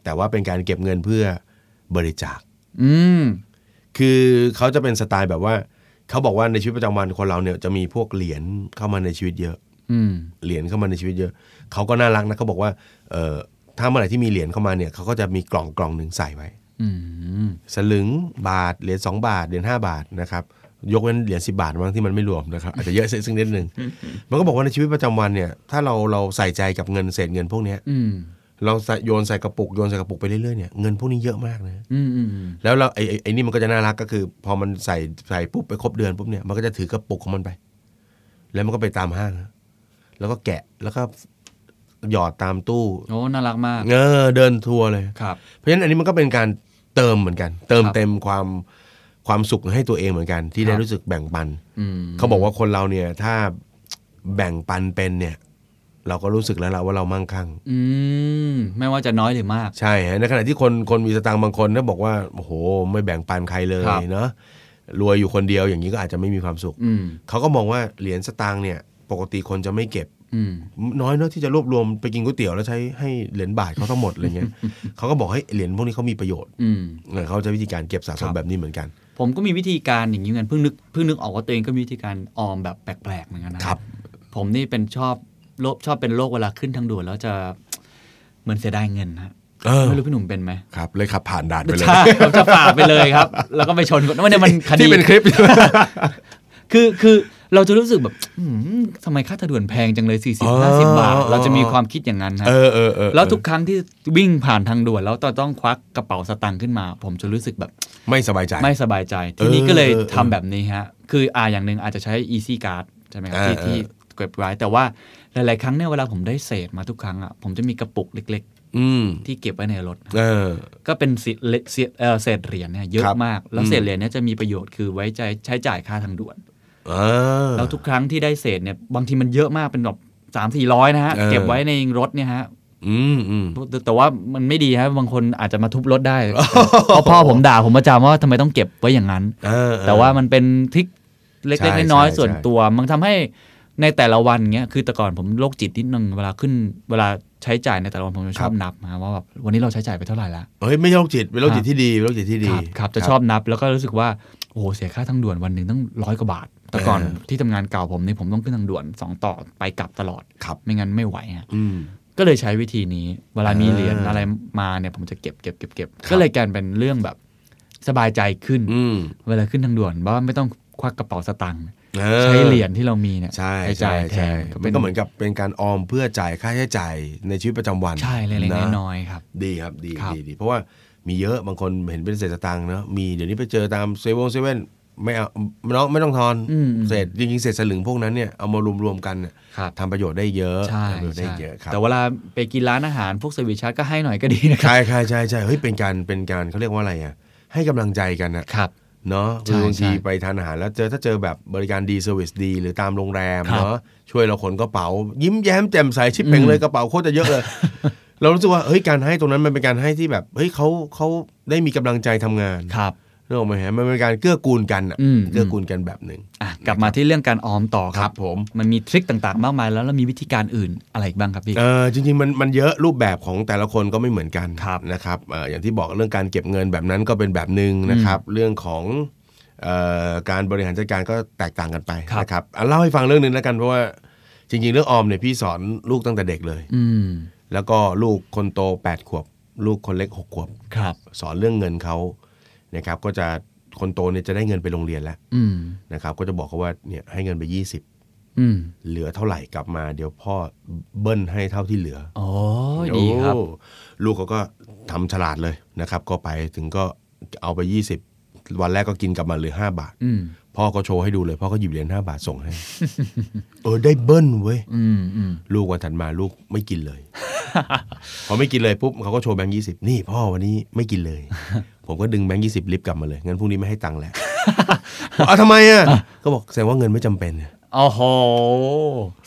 แต่ว่าเป็นการเก็บเงินเพื่อบริจาค
อืม
คือเขาจะเป็นสไตล์แบบว่าเขาบอกว่าในชีวิตประจำวันคนเราเนี่ยจะมีพวกเหรียญเข้ามาในชีวิตเยอะ
อืม
เหรียญเข้ามาในชีวิตเยอะเขาก็น่ารักนะเขาบอกว่าเออถ้าเมื่อไหร่ที่มีเหรียญเข้ามาเนี่ยเขาก็จะมีกล่องกล่องหนึ่งใส่ไว้
อืม
สลึงบาทเหรียญ2บาทเหรียญ5บาทนะครับยกเว้นเหรียญ10 บาทบางที่มันไม่รวมนะครับอาจจะเยอะเสียซึ่งนิดนึงมันก็บอกว่าในชีวิตประจำวันเนี่ยถ้าเราเราใส่ใจกับเงินเศษเงินพวกเนี้ย
อืม
เราใส่โยนใส่กระปุกโยนใส่กระปุกไปเรื่อยๆเนี่ยเงินพวกนี้เยอะมากนะ
อืมอืม
แล้วเราไอ้ไอ้ไอ้นี่มันก็จะน่ารักก็คือ พอมันใส่ใส่ปุ๊บไปครบเดือนปุ๊บเนี่ยมันก็จะถือกระปุกของมันไป แล้วมันก็ไปตามห้าง แล้วก็แกะแล้วก็หยอดตามตู้
โอ้น่ารักมาก
เออเดินทัวร์เลย
ครับ
เพราะฉะนั้นอันนี้มันก็เป็นการเติมเหมือนกัน เติม
ครับ
เต็มความความสุขให้ตัวเองเหมือนกัน
ค
ที่
รับ
ได้รู้สึกแบ่งปัน
อืม
เขาบอกว่าคนเราเนี่ยถ้าแบ่งปันเป็นเนี่ย เราก็รู้สึกแล้วล่ะว่าเรามั่งคั่ง
อืม ไม่ว่าจะน้อยหรือมาก
ใช่ฮะในขณะที่คนคนมีสตางค์บางคนนะบอกว่าโอ้โห ไม่แบ่งปันใครเลย
ครับ
เนาะรวยอยู่คนเดียวอย่างนี้ก็อาจจะไม่มีความสุข
อืม
เขาก็มองว่าเหรียญสตางค์เนี่ย ปกติคนจะไม่เก็บ
อืม
น้อยเนอะที่จะรวบรวมไปกินก๋วยเตี๋ยวแล้วใช้ให้เหรียญบาทเขาทั้งหมดอะไรเงี้ย เขาก็บอกให้เหรียญพวกนี้เขามีประโยชน์
อืม
เออเขาจะวิธีการเก็บสะส
ครั
ม
บ
แบบนี้เหมือนกัน
ผมก็มีวิธีการอย่างนี้เหมือนกันเพิ่งนึกเพิ่งนึกออกว่าตัวเองก็มีวิธีการออมแบบแปลกๆเหมือนกันนะครับ ผมนี่เป็นชอบโลภชอบเป็นโรคเวลาขึ้นทางด่วนแล้วจะเหมือนเสียดายเงินฮะ
เออ
ไม่รู้พี่หนุ่มเป็นไหม
ครับ เลยขับผ่านด่านไปเลย
ใช่ผมจะฝ่าไปเลยครับ แล้วก็ไปชนคนนั่นมันคดี
ที่เป็นคลิป
คือคือเราจะรู้สึกแบบ อืมทำไมค่าทะด่วนแพงจังเลย
อ๋
40
อ
50 บาท เราจะมีความคิดอย่างนั้นนะ
เออเออเออ
แล้วทุกครั้งที่วิ่งผ่านทางด่วนแล้วต้องควักกระเป๋าสตางค์ขึ้นมา ผมจะรู้สึกแบบ
ไม่สบายใจ
ไม่สบายใจ ทีนี้
เออ
ก็เลย
เออ
ทำแบบนี้ฮะ คืออ่าอย่างหนึ่งอาจจะใช้ easy card ใช่ไหมครับที่
เออเออ
ที่เก็บไว้ แต่ว่าหลาย ๆ ครั้งเนี่ยเวลาผมได้เศษมาทุกครั้งอ่ะผมจะมีกระปุกเล็ก
อืม
ๆ ที่เก็บไว้ในรถนะ
เออ
ก็เป็นเศษเลเศษเอ่อเศษเหรียญเนี่ยเยอะ
ครับ
มาก แล้ว
อืม
เศษเหรียญเนี่ยจะมีประโยชน์คือไว้ใช้ใช้จ่ายค่าทางด่วน
อ่า
แล้วทุกครั้งที่ได้เศษเนี่ยบางทีมันเยอะมากเป็นแบบสามสี่ร้อยนะฮะ
เออ
เก็บไว้ในรถเนี่ยฮะ
อืมอืม
แต่แต่ว่ามันไม่ดีฮะบางคนอาจจะมาทุบรถได้ เพราะพ่อผมด่าผมประจำว่าทำไมต้องเก็บไว้อย่างนั้น
เออเออ
แต่ว่ามันเป็นทริคเล็ก
ใช่
ๆน้อย
ใช่
ๆส่วน
ใช่
ตัว มันทำให้ในแต่ละวันเงี้ยคือแต่ก่อนผมโรคจิตนิดนึงเวลาขึ้นเวลาใช้จ่ายในแต่ละวันผมจะชอบนับนะว่าแบบวันนี้เราใช้จ่ายไปเท่าไหร่ละ
เฮ้ยไม่ใช่โรคจิตเป็นโรคจิตที่ดีเป็นโรคจิตที่
ค
ดี
รับครับจะชอบนับแล้วก็รู้สึกว่าโอ้โหเสียค่าทางด่วนวันหนึ่งต้องร้อยกว่าบาท แต่ก่อน
เออ
ที่ทำงานเก่าผมนี่ผมต้องขึ้นทางด่วนสองต่อไปกลับตลอด
ครับ
ไม่งั้นไม่ไหวฮะ
อืม
ก็เลยใช้วิธีนี้ เวลามี
อ่า
เหรียญอะไรมาเนี่ยผมจะเก็บเก็บเก็บเก็บ
ครับ
ก็เลยกลายเป็นเรื่องแบบสบายใจขึ้น
อืม
เวลาขึ้นทางด่วนว่าไม่ต้องควักกระเป๋าสตางค์
เออ
ใช้เหรียญที่เรามีเนี่ย
ใช่
ไป
ใช่
จ่ายแท
ใช่
น
มันก็เหมือนกับเป็นการออมเพื่อจ่ายค่าใช้จ่ายในชีวิตประจำวัน
ใช่เล็ก
ะ
ๆน้อยๆครับ
ดีครับดี
ครับ
ดีดีเพราะว่ามีเยอะบางคนเห็นเป็นเศษสตังค์เนอะมีเดี๋ยวนี้ไปเจอตามเซเว่นเซเว่นไม่เอาน้องไม่ต้องทอน
อืม
เศษจริงๆเศษสลึงพวกนั้นเนี่ยเอามารวมๆกันเนี่ย
ครับ
ทำประโยชน์ได้เยอะ
ใช่
ทำประโยชน์ได้
ใช่
เยอะครับ
แต่เวลาไปกินร้านอาหารพวกเซอร์วิสชาร์จก็ให้หน่อยก็ดีนะครับ
ใช่ใช่ใช่ใช่เฮ้ยเป็นการเป็นการเขาเรียกว่าอะไรอ่ะให้กำลังใจกันอะ
ครับ
เนาะ
ใช่
คือบางที
ใช่
ไปทานอาหารแล้วเจอถ้าเจอแบบบริการดีเซอร์วิสดี หรือตามโรงแรม
ครับ
เนาะช่วยเราขนกระเป๋า ยิ้มแย้มแจ่มใสชิปเป่ง
อืม
เลยกระเป๋าโคตรจะเยอะเลย เรารู้สึกว่าเฮ้ยการให้ตรงนั้นมันเป็นการให้ที่แบบเฮ้ยเขาเขาได้มีกำลังใจทำงาน
ครับ
เรื่องไหมฮะมันเป็นการเกื้อกูลกันอะ
อืม
เกื้อกูลกันแบบหนึ่ง
อ่ะกลับมาที่เรื่องการออมต่อ
ค
ค
รั
รั
บบ ผม
มันมีทริคต่างๆ มากมายแล้วแล้วมีวิธีการอื่นอะไรอีกบ้างครับพี่
เออจริงๆมันมันเยอะรูปแบบของแต่ละคนก็ไม่เหมือนกัน
ครับ
นะครับเอ่ออย่างที่บอกเรื่องการเก็บเงินแบบนั้นก็เป็นแบบหนึ่งนะครับ เรื่องของเอ่อการบริหารจัดการก็แตกต่างกันไป
ครับ
นะครับอ่ะเล่าให้ฟังเรื่องหนึ่งแล้วกันเพราะว่าจริงๆ เรื่องออมเนี่ยพี่สอนลูกตั้งแต่เด็กเลย
อืม
แล้วก็ลูกคนโต 8 ขวบ ลูกคนเล็ก 6 ขวบ
ครับ
สอนเรื่องเงินเขานะครับก็จะคนโตเนี่ยจะได้เงินไปโรงเรียนแล้ว
อืม
นะครับก็จะบอกเขาว่าเนี่ยให้เงินไป 20
อืม
เหลือเท่าไหร่กลับมาเดี๋ยวพ่อเบิ้ลให้เท่าที่เหลือ
โอ้ยดีครับ
โอ้ลูกเขาก็ทำฉลาดเลยนะครับ ก็ไปถึงก็เอาไป 20 วันแรกก็กินกลับมาเหลือ5บาท
อืม
พ่อก็โชว์ให้ดูเลย พ่อก็หยิบเหรียญ5บาทส่ง ให้ เออได้เบิ้ลเว้ย
อืมอืม
ลูกวันถัดมาลูกไม่กิน เลย พอไม่กินเลยปุ๊บเขาก็โชว์แบงค์ยีนี่พ่อวันนี้ไม่กินเลย ผมก็ดึงแบงค์ยีลิฟต์กลับมาเลยงั้นพรุ่งนี้ไม่ให้ตังค์แล้ว เอาทำไมอ่ะก็บอกแสดงว่าเงินไม่จำเป็นอะ
โอ้โห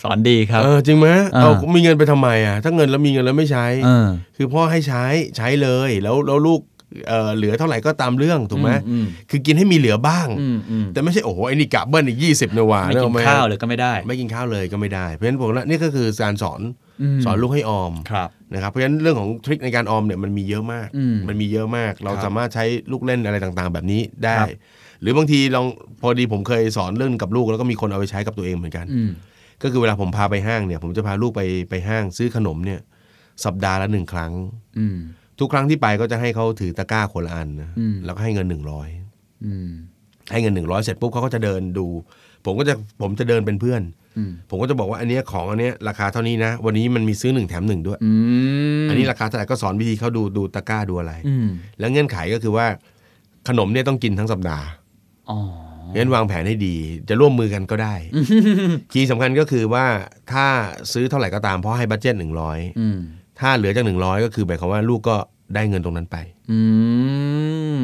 สอนดีครับ
เออจริงไหม
อ่า
เอามีเงินไปทำไมอ่ะ ถ้าเงินแล้วมีเงินแล้วไม่ใช้
เออ
คือพ่อให้ใช้ใช้เลยแล้วแล้วลูกเอ่อเหลือเท่าไหร่ก็ตามเรื่องถูกไหม
อืม
คือกินให้มีเหลือบ้าง
อืมอืม
แต่ไม่ใช่โอ้โหไอ้นี่กะเบิ้ลอีกยี่สิบนะวะ
ไม่กิน
เอ
ข้าวเลยก็ไม่ได้
ไม่กินข้าวเลยก็ไม่ได้เพราะฉะนั้นผมว่านี่ก็คือการสอน
ม
สอนลูกให้ออม
ครับ
นะครับเพราะฉะนั้นเรื่องของทริคในการออมเนี่ยมันมีเยอะมาก
อืม
นมีเยอะมาก เรา
ครับ
สามารถใช้ลูกเล่นอะไรต่างๆ แบบนี้ได้
ครับ
หรือบางทีลองพอดีผมเคยสอนเรื่องกับลูกแล้วก็มีคนเอาไปใช้กับตัวเองเหมือนกัน
อืม
ก็คือเวลาผมพาไปห้างเนี่ย ผมจะพาลูกไปไปห้างซื้อขนมเนี่ย สัปดาห์ละหนึ่งครั้ง
อืม
ทุกครั้งที่ไปก็จะให้เขาถือตะกร้าคนละอันนะ
อืม
แล้วก็ให้เงินหนึ่งร้อย
อืม
ให้เงินหนึ่งร้อยเสร็จปุ๊บเขาก็จะเดินดู ผมก็จะผมจะเดินเป็นเพื่อน
อืม
ผมก็จะบอกว่าอันเนี้ยของอันเนี้ยราคาเท่านี้นะ วันนี้มันมีซื้อหนึ่งแถมหนึ่งด้วย
อืม
อันนี้ราคาเท่าไหร่ก็สอนวิธีเขาดูดูตะกร้าดูอะไร
อืม
แล้วเงื่อนไขก็คือว่าขนมเนี่ยต้องกินทั้งสัปดาห์
อ๋อ
งั้นวางแผนให้ดีจะร่วมมือกันก็ ได้ คีย์สำคัญก็คือว่าถ้าซื้อเท่าไหร่ก็ตามพ่อให้บัตเจ็ตหนึ่งร้อย
อืม
ถ้าเหลือจากหนึ่งร้อยก็คือหมายความว่าลูกก็ได้เงินตรงนั้นไป
อืม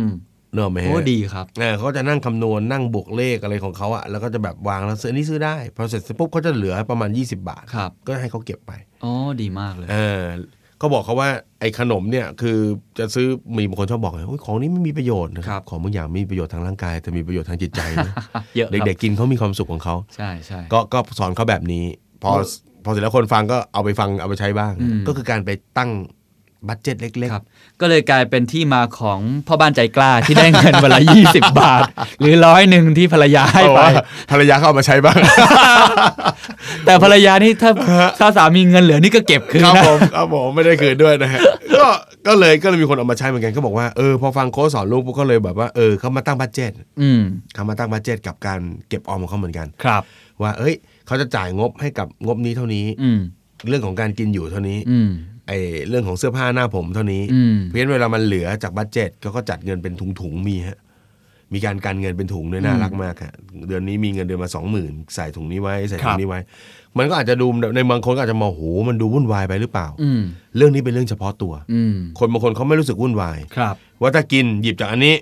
เนกอะไหม
เพ
ฮะ
ราะว่าดีครับ
เออเขาก็จะนั่งคำนวณนั่งบวกเลขอะไรของเขาอะแล้วก็จะแบบวางแล้วซื้ออันนี้ซื้อได้พอเสร็จปุ๊บเขาจะเหลือประมาณ 20 บาท
ครับ
ก็ให้เขาเก็บไป
อ๋อ ดีมากเลย
เออก็บอกเขาว่าไอ้ขนมเนี่ยคือจะซื้อมีบางคนชอบบอกไงโอ้ยของนี้ไม่มีประโยชน์นะค
ครั
รับ บของบางอย่างมีประโยชน์ทางร่างกายแต่มีประโยชน์ทางจิตใจนะ
เยอะ ครับ
เด็กๆกินเขามีความสุขของเขา
ใช่ใช่
ก็ก็สอนเขาแบบนี้ พอ
เออ
พอเสร็จแล้วคนฟังก็เอาไปฟังเอาไปใช้บ้าง
อืม
ก็คือการไปตั้งบัตเจ็ตเล็ก
ครับก็เลยกลายเป็นที่มาของพ่อบ้านใจกล้าที่ได้เงินวันละ 20 บาท หรือร้อยหนึ่งที่ภรรยา
ๆ ให้
ให้ไป
ว่าภรรยาเขาเอามาใช้บ้าง
แต่ภรรยานี่ถ้า ถ้าสามีเงินเหลือนี่ก็เก็บคืน
ครับ
นะ
ผมครับผมไม่ได้คืนด้วยนะ ฮะก็ก็เลยก็เลยมีคนเอามาใช้เหมือนกันก็บอกว่าเออพอฟังโค้ชสอนลูกปุ๊บก็เลยแบบว่าเออเขามาตั้งบัตเจ็ต
อืม
เขามาตั้งบัตเจ็ตกับการเก็บออมของเขาเหมือนกัน
ครับ
ว่าเอ้ย เขาจะจ่ายงบให้กับงบนี้เท่านี้
อืม
เรื่องของการกินอยู่เท่านี้
อืม
ไอเรื่องของเสื้อผ้าหน้าผมเท่านี้
อืม
เพราะฉะนั้นเวลามันเหลือจากบัตเจ็ตเขาก็จัดเงินเป็นถุงถุงๆมีฮะ มีการการเงินเป็นถุงด้วยน่ารักมากฮะเดือนนี้มีเงินเดือนมาสองหมื่นใส่ถุงนี้ไว้ใส่ถุงนี้ไว้ มันก็อาจจะดูในบางคนก็อาจจะมองโหมันดูวุ่นวายไปหรือเปล่า
อืม
เรื่องนี้เป็นเรื่องเฉพาะตัว
อืม
คนบางคนเขาไม่รู้สึกวุ่นวาย
ครับ
ว่าถ้ากินหยิบจากอันนี้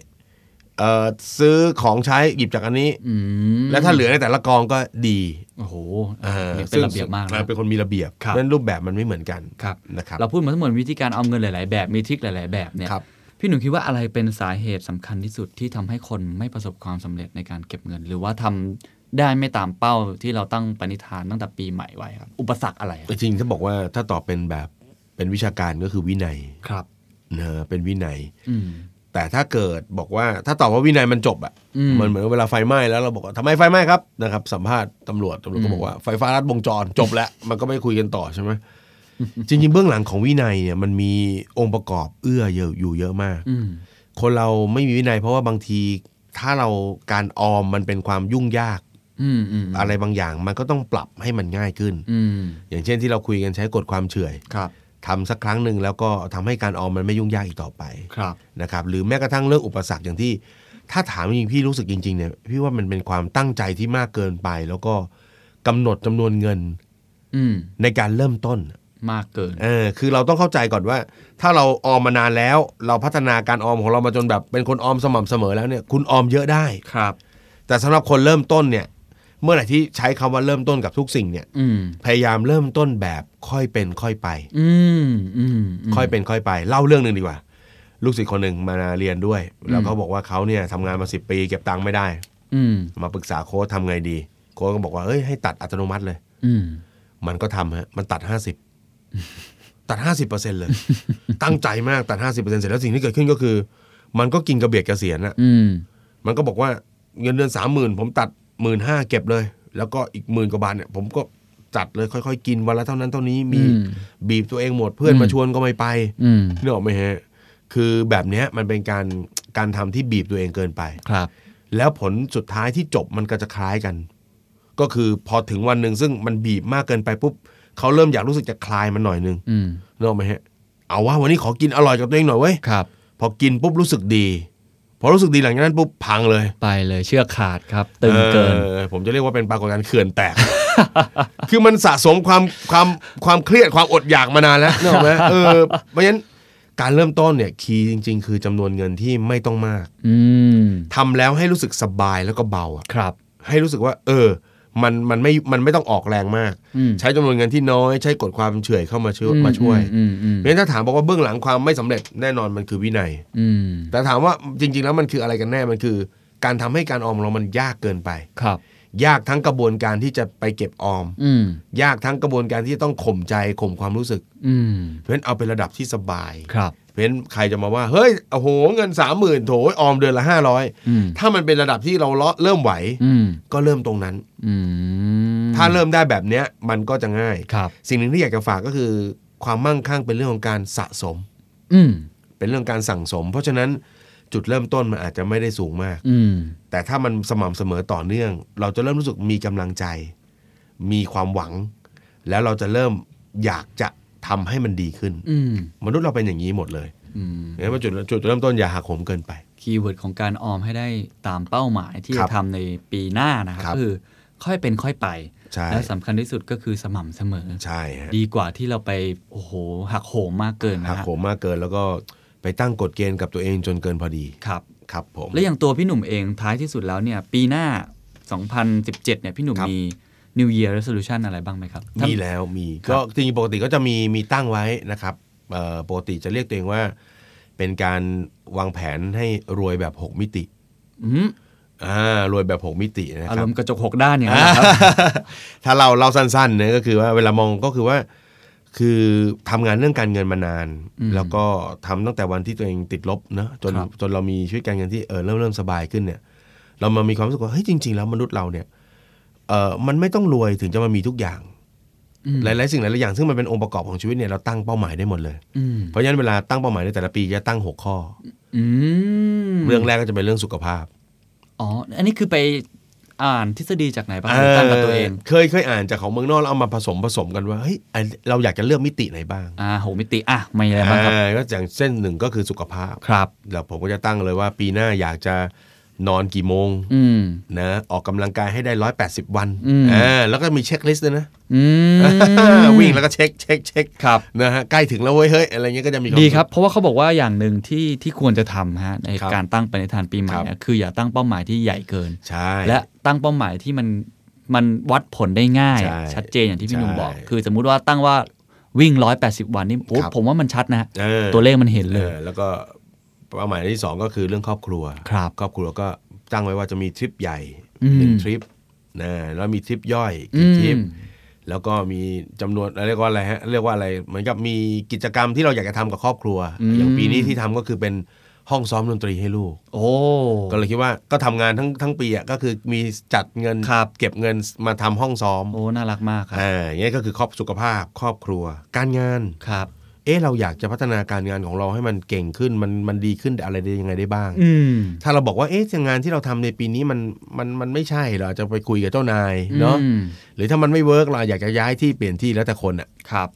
เอ่อซื้อของใช้หยิบจากอันนี้
อืม
และถ้าเหลือในแต่ละกองก็ดี
โอ้โห
เออ
เนี่ยเป็นระเบียบมาก
ซึ่ง
นะ
อ่เป็นคนมีระเบียบ
ครับ
เพราะฉะนั้นรูปแบบมันไม่เหมือนกัน
ครับ
นะครับ
เราพูดมาทั้งหมดวิธีการเอาเงินหลาย ๆ แบบมีทริคหลาย ๆ แบบเนี่ย
ครับ
พี่หนุ่มคิดว่าอะไรเป็นสาเหตุสำคัญที่สุดที่ทำให้คนไม่ประสบความสำเร็จในการเก็บเงิน หรือว่าทำได้ไม่ตามเป้าที่เราตั้งปณิธานตั้งแต่ปีใหม่ไว้ครับ อุปสรรคอะไรครับ
จริงๆถ้าบอกว่าถ้าตอบเป็นแบบเป็นวิชาการก็คือวินัย
ครับ
นะฮะเป็นวินัย
อืม
แต่ถ้าเกิดบอกว่าถ้าตอบว่าวินัยมันจบอะ
อืม
มันเหมือนเวลาไฟไหม้แล้วเราบอกว่าทำไมไฟไหม้ครับนะครับสัมภาษณ์ตำรวจตำรวจก็บอกว่าไฟฟ้ารัดวงจรจบแล้ว มันก็ไม่คุยกันต่อใช่ไหมจริง ๆ เบื้องหลังของวินัยเนี่ยมันมีองค์ประกอบเอื้อเยอะอยู่เยอะมาก
อืม
คนเราไม่มีวินัย เพราะว่าบางทีถ้าเราการออมมันเป็นความยุ่งยาก
อืมอืม
อะไรบางอย่างมันก็ต้องปรับให้มันง่ายขึ้น
อืม
อย่างเช่นที่เราคุยกันใช้กฎความเฉื่อย
ครับ
ทำสักครั้งหนึ่งแล้วก็ทำให้การออมมันไม่ยุ่งยากอีกต่อไป
ครับ
นะครับหรือแม้กระทั่งเรื่องอุปสรรคอย่างที่ ถ้าถามจริงๆพี่รู้สึกจริงๆเนี่ยพี่ว่ามันเป็นความตั้งใจที่มากเกินไป แล้วก็กำหนดจำนวนเงิน
อืม
ในการเริ่มต้น
มากเกิน
เออคือเราต้องเข้าใจก่อนว่า ถ้าเราออมมานานแล้ว เราพัฒนาการออมของเรามาจนแบบเป็นคนออมสม่ำเสมอแล้วเนี่ยคุณออมเยอะได้
ครับ
แต่สำหรับคนเริ่มต้นเนี่ยเมื่อไหร่ที่ใช้คำว่าเริ่มต้นกับทุกสิ่งเนี่ย
อืม
พยายามเริ่มต้นแบบค่อยเป็นค่อยไป
อืมอืมม
ค่อยเป็นค่อยไป เล่าเรื่องหนึ่งดีกว่า ลูกศิษย์คนหนึ่งมาเรียนด้วย แล้วเขาบอกว่าเขาเนี่ยทำงานมาสิปีเก็บตังค์ไม่ได้
อืม
มาปรึกษาโค้ชทำไงดี โค้ชก็บอกว่าเอ้ยให้ตัดอัตโนมัติเลย
อืม
มันก็ทำฮะมันตัด 50 ตัด 50เปอร์เซ็นต์เลย ตั้งใจมากตัด 50เปอร์เซ็นต์เสร็จแล้วสิ่งที่เกิดขึ้นก็คือ มันก็กินกระเบียดกระเสียนอะ
อืม
มันก็บอกว่าเงินเดือนสามหมื่นผมตัดหมื่นห้าเก็บเลย แล้วก็อีกหมื่นกว่าบาทเนี่ยผมก็จัดเลยค่อยๆ กินวันละเท่านั้นเท่านี้มี
อืม
บีบตัวเองหมดเพื่อน
อืม
มาชวนก็ไม่ไป
อืม
นึกออกไหมฮะ คือแบบเนี้ยมันเป็นการการทำที่บีบตัวเองเกินไป
ครับ
แล้วผลสุดท้ายที่จบมันก็จะคล้ายกัน ก็คือพอถึงวันหนึ่งซึ่งมันบีบมากเกินไปปุ๊บเขาเริ่มอยากรู้สึกจะคลายมันหน่อยนึง
อืม
นึกออกไหมฮะ เอาว่าวันนี้ขอกินอร่อยกับตัวเองหน่อยเว้ย
ครับ
พอกินปุ๊บรู้สึกดี พอรู้สึกดีหลังจากนั้นปุ๊บพังเลย
ไปเลยเชือกขาดครับ ตึงเกิน
ออผมจะเรียกว่าเป็นปรากฏการณ์เขื่อนแตก คือมันสะสมความความความเครียดความอดอยากมานานแล้วนึกออกไหมเออเพราะฉะนั้นการเริ่มต้นเนี่ยคีย์จริง ๆ คือจำนวนเงินที่ไม่ต้องมาก
อืม
ทำแล้วให้รู้สึกสบายแล้วก็เบาอะ
ครับ
ให้รู้สึกว่า เออ มันมันไม่มันไม่ต้องออกแรงมาก
อืม
ใช้จำนวนเงินที่น้อยใช้กฎความเฉื่อยเข้ามาช่วย
อื
มาช่วย
อืมอืม
เพราะฉะนั้นถ้าถามบอกว่าเบื้องหลังความไม่สำเร็จแน่นอนมันคือวินัย
อืม
แต่ถามว่าจริง ๆ แล้วมันคืออะไรกันแน่มันคือ การทำให้การออมเรามันยากเกินไป
ครับ
ยากทั้งกระบวนการที่จะไปเก็บออม
อืม
ยากทั้งกระบวนการที่จะต้องข่มใจข่มความรู้สึก
อืม
เพราะฉะนั้นเอาเป็นระดับที่สบาย
ครับ
เพราะฉะนั้นใครจะมาว่า เฮ้ยโอ้โหเงินสามหมื่นโถยออมเดือนละห้าร้อย
อืม
ถ้ามันเป็นระดับที่เราเลาะเริ่มไหว
อืม
ก็เริ่มตรงนั้น
อืม
ถ้าเริ่มได้แบบเนี้ยมันก็จะง่าย
ครับ
สิ่งหนึ่งที่อยากจะฝากก็คือ ความมั่งคั่งเป็นเรื่องของการสะสม
อืม
เป็นเรื่องการสั่งสม เพราะฉะนั้นจุดเริ่มต้นมันอาจจะไม่ได้สูงมาก
อืม
แต่ถ้ามันสม่ำเสมอต่อเนื่อง เราจะเริ่มรู้สึกมีกำลังใจ มีความหวัง แล้วเราจะเริ่มอยากจะทำให้มันดีขึ้น
อืม
มนุษย์เราเป็นอย่างนี้หมดเลย
อืม
เห็นว่าจุดจุดเริ่มต้นอย่าหักโหมเกินไป
คีย์เวิร์ดของการออมให้ได้ตามเป้าหมายที่
ครั
จะ
บ
ทำในปีหน้านะครับ
ครับ
ก็คือค่อยเป็นค่อยไป
ใช่
และสำคัญที่สุดก็คือสม่ำเสมอ
ใช่ฮะ
ดีกว่าที่เราไป โอ้โห หักโหมมากเกินนะ
หัก
ฮะ
โหมมากเกินแล้วก็ไปตั้งกฎเกณฑ์กับตัวเองจนเกินพอดี
ครับ
ครับผม
และอย่างตัวพี่หนุ่มเองท้ายที่สุดแล้วเนี่ย ปีหน้า 2017 เนี่ยพี่หนุ่ม
ครับ
มี New Year Resolution อะไรบ้างไหมครับ
มี
ถ้า
แล้วมี
ครับ
ก็จริงๆปกติก็จะมีมีตั้งไว้นะครับเอ่อปกติจะเรียกตัวเองว่าเป็นการวางแผนให้รวยแบบ 6 มิติ
อืม
อ่ารวยแบบ 6 มิตินะ
อาร
ครับ
มณ์กระจกหกด้านอย่างนั้นเหรอครับ
ถ้าเราเราสั้นๆเนี่ยก็คือว่าเวลามองก็คือว่า คือทำงานเรื่องการเงินมานาน
อืม
แล้วก็ทำตั้งแต่วันที่ตัวเองติดลบเนอะจน
ครับ
จนเรามีชีวิตการเงินที่เออเริ่มเริ่มสบายขึ้นเนี่ย เรามามีความรู้สึกว่าเฮ้ยจริง ๆ แล้วมนุษย์เราเนี่ยเออมันไม่ต้องรวยถึงจะมามีทุกอย่าง
อืม
หลายๆสิ่งหลายๆอย่างซึ่งมันเป็นองค์ประกอบของชีวิตเนี่ยเราตั้งเป้าหมายได้หมดเลย
อืม
เพราะฉะนั้นเวลาตั้งเป้าหมายในแต่ละปีจะตั้ง 6 ข้อ
อืม
อเรื่องแรกก็จะเป็นเรื่องสุขภาพ
อ๋อ อันนี้คือไปอ่านทฤษฎีจากไหนบ้างหรือตั้งกับตัวเอง
เคยเคยอ่านจากของเมืองนอกแล้วเอามาผสมผสมกันว่าเฮ้ยไอ้เราอยากจะเลือกมิติไหนบ้าง
อ่าหกมิติ อ่ะไม่อะไรบ้างครับ
อ่าก็อย่างเส้นหนึ่งก็คือสุขภาพ
ครับ
แล้วผมก็จะตั้งเลยว่าปีหน้าอยากจะนอนกี่โมง
อืม
นะออกกำลังกายให้ได้ 180 วัน
อืม
อ่าแล้วก็มีเช็คลิสต์ด้วยนะ
อืม
วิ่งแล้วก็เช็คเช็คเช็ค
ครับ
นะฮะใกล้ถึงแล้วเว้ยเฮ้ยอะไรเงี้ยก็จะมีวาม
ดีครับ เพราะว่าเขาบอกว่าอย่างหนึ่งที่ที่ควรจะทำฮะใน
ครับ
การตั้งปณิธานปีใหม่
ครับ
เนี่ยคืออย่าตั้งเป้าหมายที่ใหญ่เกิน
ใช่
และตั้งเป้าหมายที่มันมันวัดผลได้ง่าย
ใช่
ชัดเจนอย่างที่พี่หนุ่ม
ใช่
บอก คือสมมุติว่าตั้งว่าวิ่ง 180 วันนี่โอ้
ครับ
ผมว่ามันชัดนะฮะ
ออ
ตัวเลขมันเห็นเลย
ออแล้วก็เป้าหมายที่สองก็คือเรื่องครอบครัว
ครับ
ครอบครัวก็ตั้งไว้ว่าจะมีทริปใหญ่
อืม
หนึ่งทริปนะแล้วมีทริปย่อย
อืม
กี่ทริปแล้วก็มีจำนวนเรียกว่าอะไรฮะเรียกว่าอะไรเหมือนกับมีกิจกรรมที่เราอยากจะทำกับครอบครัว
อืม
อย่างปีนี้ที่ทำก็คือเป็นห้องซ้อมดนตรีให้ลูก
โอ้
ก็เลยคิดว่าก็ทำงานทั้งทั้งปีอ่ะก็คือมีจัดเงิน
ครับ
เก็บเงินมาทำห้องซ้อม
โอ้น่ารักมากครับ
อ่าอย่างเงี้ยก็คือครอบสุขภาพ ครอบครัว การงาน
ครับ
เอ๊ะเราอยากจะพัฒนาการงานของเราให้มันเก่งขึ้นมันมันดีขึ้นอะไรได้ยังไงได้บ้าง
อืม
ถ้าเราบอกว่าเอ๊ะงานที่เราทำในปีนี้มันมันมันไม่ใช่เราอาจจะไปคุยกับเจ้านายเนาะ
อืม
หรือถ้ามันไม่เวิร์กเราอยากจะย้ายที่เปลี่ยนที่แล้วแต่คนอ่ะ
ครับ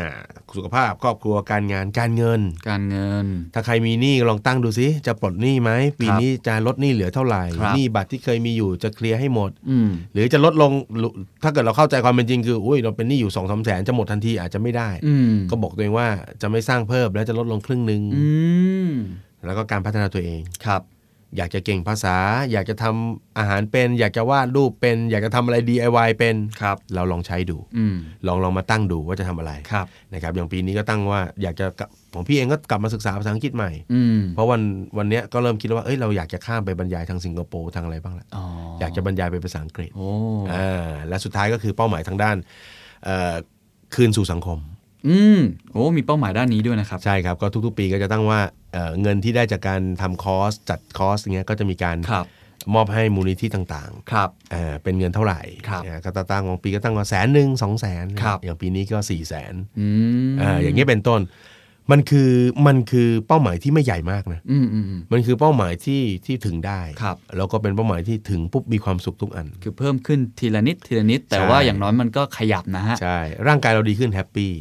อ่าสุขภาพครอบครัวการงานการเงิน
การเงิน
ถ้าใครมีหนี้ลองตั้งดูซิจะปลดหนี้ไหมปีนี้จะลดหนี้เหลือเท่าไหร่
ครับ
หนี้บัตรที่เคยมีอยู่จะเคลียร์ให้หมด
อืม
หรือจะลดลงถ้าเกิดเราเข้าใจความเป็นจริงคืออุ้ยเราเป็นหนี้อยู่สองสามแสนจะหมดทันทีอาจจะไม่ได้
อืม
ก็บอกตัวเองว่าจะไม่สร้างเพิ่มและจะลดลงครึ่งหนึ่ง
อืม
แล้วก็การพัฒนาตัวเอง
ครับ
อยากจะเก่งภาษา อยากจะทำอาหารเป็น อยากจะวาดรูปเป็น อยากจะทำอะไร DIY เป็น
ครับ
เราลองใช้ดู
อืม
ลองลองมาตั้งดูว่าจะทำอะไร
ครับ
นะครับอย่างปีนี้ก็ตั้งว่าอยากจะกลับของพี่เองก็กลับมาศึกษาภาษาอังกฤษใหม่
อืม
เพราะวันวันเนี้ยก็เริ่มคิดแล้วว่าเอ้ยเราอยากจะข้ามไปบรรยายทางสิงคโปร์ทางอะไรบ้างละ
อ๋อ
อยากจะบรรยายเป็นภาษาอังกฤษ
โอ้
อ่าและสุดท้ายก็คือเป้าหมายทางด้านเอ่อคืนสู่สังคม
อืม โอ้ มีเป้าหมายด้านนี้ด้วยนะครับ
ใช่ครับ ก็ทุกๆ ปีก็จะตั้งว่าเอ่อเงินที่ได้จากการทำคอร์ส จัดคอร์สเงี้ยก็จะมีการ
ครับ
มอบให้มูลนิธิต่าง
ครับ
ๆเอ่อเป็นเงินเท่าไหร่
ครับ
เนี่ยก็ตั้งของปีก็ตั้งว่าแสนหนึ่งสองแสน
ครับ
อย่างปีนี้ก็สี่แสน
อืม
อย่างเงี้ยเป็นต้น มันคือมันคือเป้าหมายที่ไม่ใหญ่มากนะ
อืมอืมอืม
มันคือเป้าหมายที่ที่ถึงได้
ครับ
แล้วก็เป็นเป้าหมายที่ถึงปุ๊บมีความสุขทุกอัน
คือเพิ่มขึ้นทีละนิดทีละนิด แต่
ใช่
ว่าอย่างน้อยมันก็ขยับนะฮะ
ใช่ร่างกายเราดีขึ้นแฮปปี้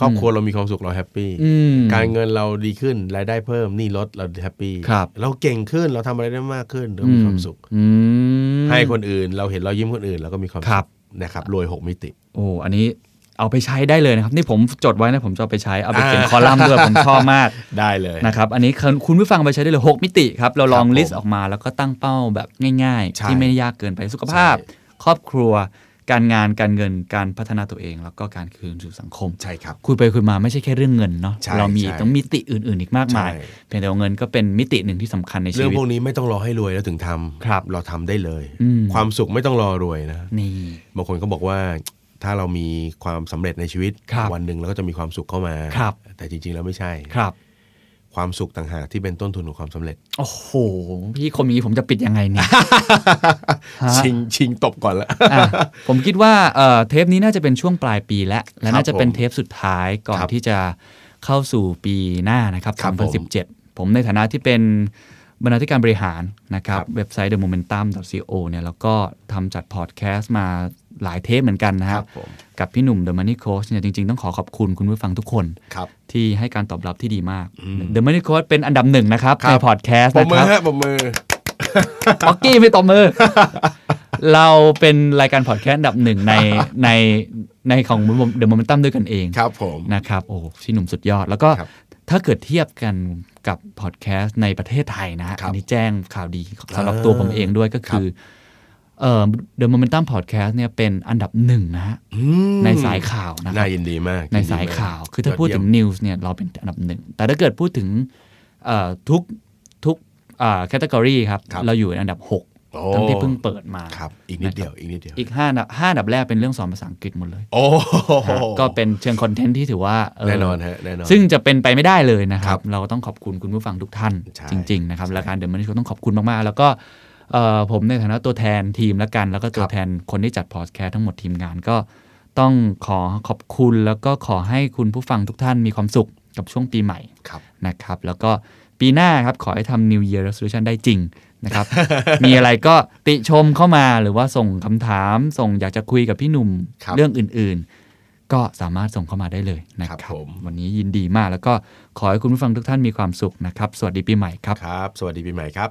ครอบครัวเรามีความสุขเราแฮปปี้
อืม
การเงินเราดีขึ้นรายได้เพิ่มหนี่ลดเราแฮปปี้
ครับ
เราเก่งขึ้นเราทำอะไรได้มากขึ้นเรามีความสุข
อืม
ให้คนอื่นเราเห็นเรายิ้มคนอื่นเราก็มีความ
ครั
สุ
บ
ขนะครับรวย 6 มิติ
โอ้ อันนี้เอาไปใช้ได้เลยนะครับ นี่ผมจดไว้นะ ผมจะเอาไปใช้ เอาไปเขียน
อ่า
คอลัมน์ด้วย ผมชอบมาก
ได้เลย
นะครับ อันนี้คุณคุณผู้ฟังเอาไปใช้ได้เลย 6 มิติครับ เราลอง
ครับผม
ลิสต์ออกมาแล้วก็ตั้งเป้าแบบง่าย
ใช่
ๆ ที่ไม่ได้ยากเกินไป สุขภาพ
ใช่
ครอบครัว การงาน การเงิน การพัฒนาตัวเอง แล้วก็การคืนสู่สังคม
ใช่ครับ
คุยไปคุยมาไม่ใช่แค่เรื่องเงินเนาะ
ใช่
เรามี
ใช่
ต้องมิติอื่น ๆ อีกมากมาย
ใช่
เพียงแต่ว่าเงินก็เป็นมิติหนึ่งที่สำคัญในชี
เรื่อง
วิต
พวกนี้ไม่ต้องรอให้รวยแล้วถึงทำ
ครับ
เราทำได้เลย
อืม
ความสุขไม่ต้องรอรวยนะ
นี่
บางคนก็บอกว่าถ้าเรามีความสำเร็จในชีวิต
ครับ
วันหนึ่งเราก็จะมีความสุขเข้ามา
ครับ
แต่จริงๆแล้วไม่ใช่
ครับ
ความสุขต่างหากที่เป็นต้นทุนของความสำเร็จ
โอ้โห พี่คมอย่างนี้ผมจะปิดยังไงเนี่ย ฮะ
ชิงชิงตบก่อนละ
อ่ะผมคิดว่าเอ่อเทปนี้น่าจะเป็นช่วงปลายปีแล้วและน่าจะเป็นเทปสุดท้ายก่อน
ครับ
ที่จะเข้าสู่ปีหน้านะครับ
ครับผม
2017 ผมในฐานะที่เป็นบรรณาธิการบริหารนะครับ
ครับ
เว็บไซต์ themomentum.co เนี่ยแล้วก็ทำจัดพอดแคสต์มาหลายเทปเหมือนกันนะครั
ครับ บผม
กับพี่หนุ่ม The Money Coach เนี่ยจริง ๆ ต้องขอขอบคุณคุณผู้ฟังทุกคน
ครับ
ที่ให้การตอบรับที่ดีมาก The Money Coach เป็นอันดับหนึ่งนะครับ
ครับ
ในพอดแคสต์
ปม
นะ
มื
ค
อ
รับ
ฮะปมมือ
ป๊อกกี้ไม่ตบมือ เราเป็นรายการพอดแคสต์อันดับหนึ่ง ในในในของเดอะโมเมนตัมด้วยกันเอง
ครับผม
นะครับ โอ้พี่หนุ่มสุดยอด แล้วก็
ครับ
ถ้าเกิดเทียบกันกับพอดแคสต์ในประเทศไทยนะฮะ
ครับ
อันนี้แจ้งข่าวดีสำหรับตัวผมเองด้วยก็คือเอ่อ The Momentum Podcast เนี่ยเป็นอันดับหนึ่งนะฮะ
ม
ในสายข่าวนะครับ
น่ายินดีมาก
ในสายข่าว คือถ้าพูดถึงนิวส์เนี่ย เราเป็นอันดับหนึ่ง แต่ถ้าเกิดพูดถึงเอ่อทุกทุกแคตตากรีครับ เราอยู่ในอันดับ 6 ทั้งที่เพิ่งเปิดมา
ครับ อีกนิดเดียว อีกนิดเดียว
อีก5อันดับห้าอันดับแรกเป็นเรื่องสอนภาษาอังกฤษหมดเลย
โอ้โห
ก็เป็นเชิงคอนเทนต์ที่ถือว่าเ
แน่นอนฮะ แน่นอน
ซึ่งจะเป็นไปไม่ได้เลยนะค
ครั
รับ
บ
เราต้องขอบคุณคุณผู้ฟังทุกท่าน
ใช่
จริง ๆ นะครับรายการเดอะมันนี่ก็ต้องขอบคุณมาก ๆ แล้วก็เอ่อผมในฐานะตัวแทนทีมแล้วกัน แล้วก็ตัวแทนคนที่จัดพอดแคสต์ทั้งหมดทีมงานก็ต้องขอขอบคุณแล้วก็ขอให้คุณผู้ฟังทุกท่านมีความสุขกับช่วงปีใหม่
ครับ
นะครับ แล้วก็ปีหน้าครับขอให้ทำ New Year Resolution ได้จริงนะครับ มีอะไรก็ติชมเข้ามาหรือว่าส่งคำถาม ส่งอยากจะคุยกับพี่หนุ่ม
ครับ
เรื่องอื่น ๆ ก็สามารถส่งเข้ามาได้เลยนะค
ครั
รั
บบ ผม
วันนี้ยินดีมากแล้วก็ขอให้คุณผู้ฟังทุกท่านมีความสุขนะครับ สวัสดีปีใหม่ครับ
ครับ สวัสดีปีใหม่ครับ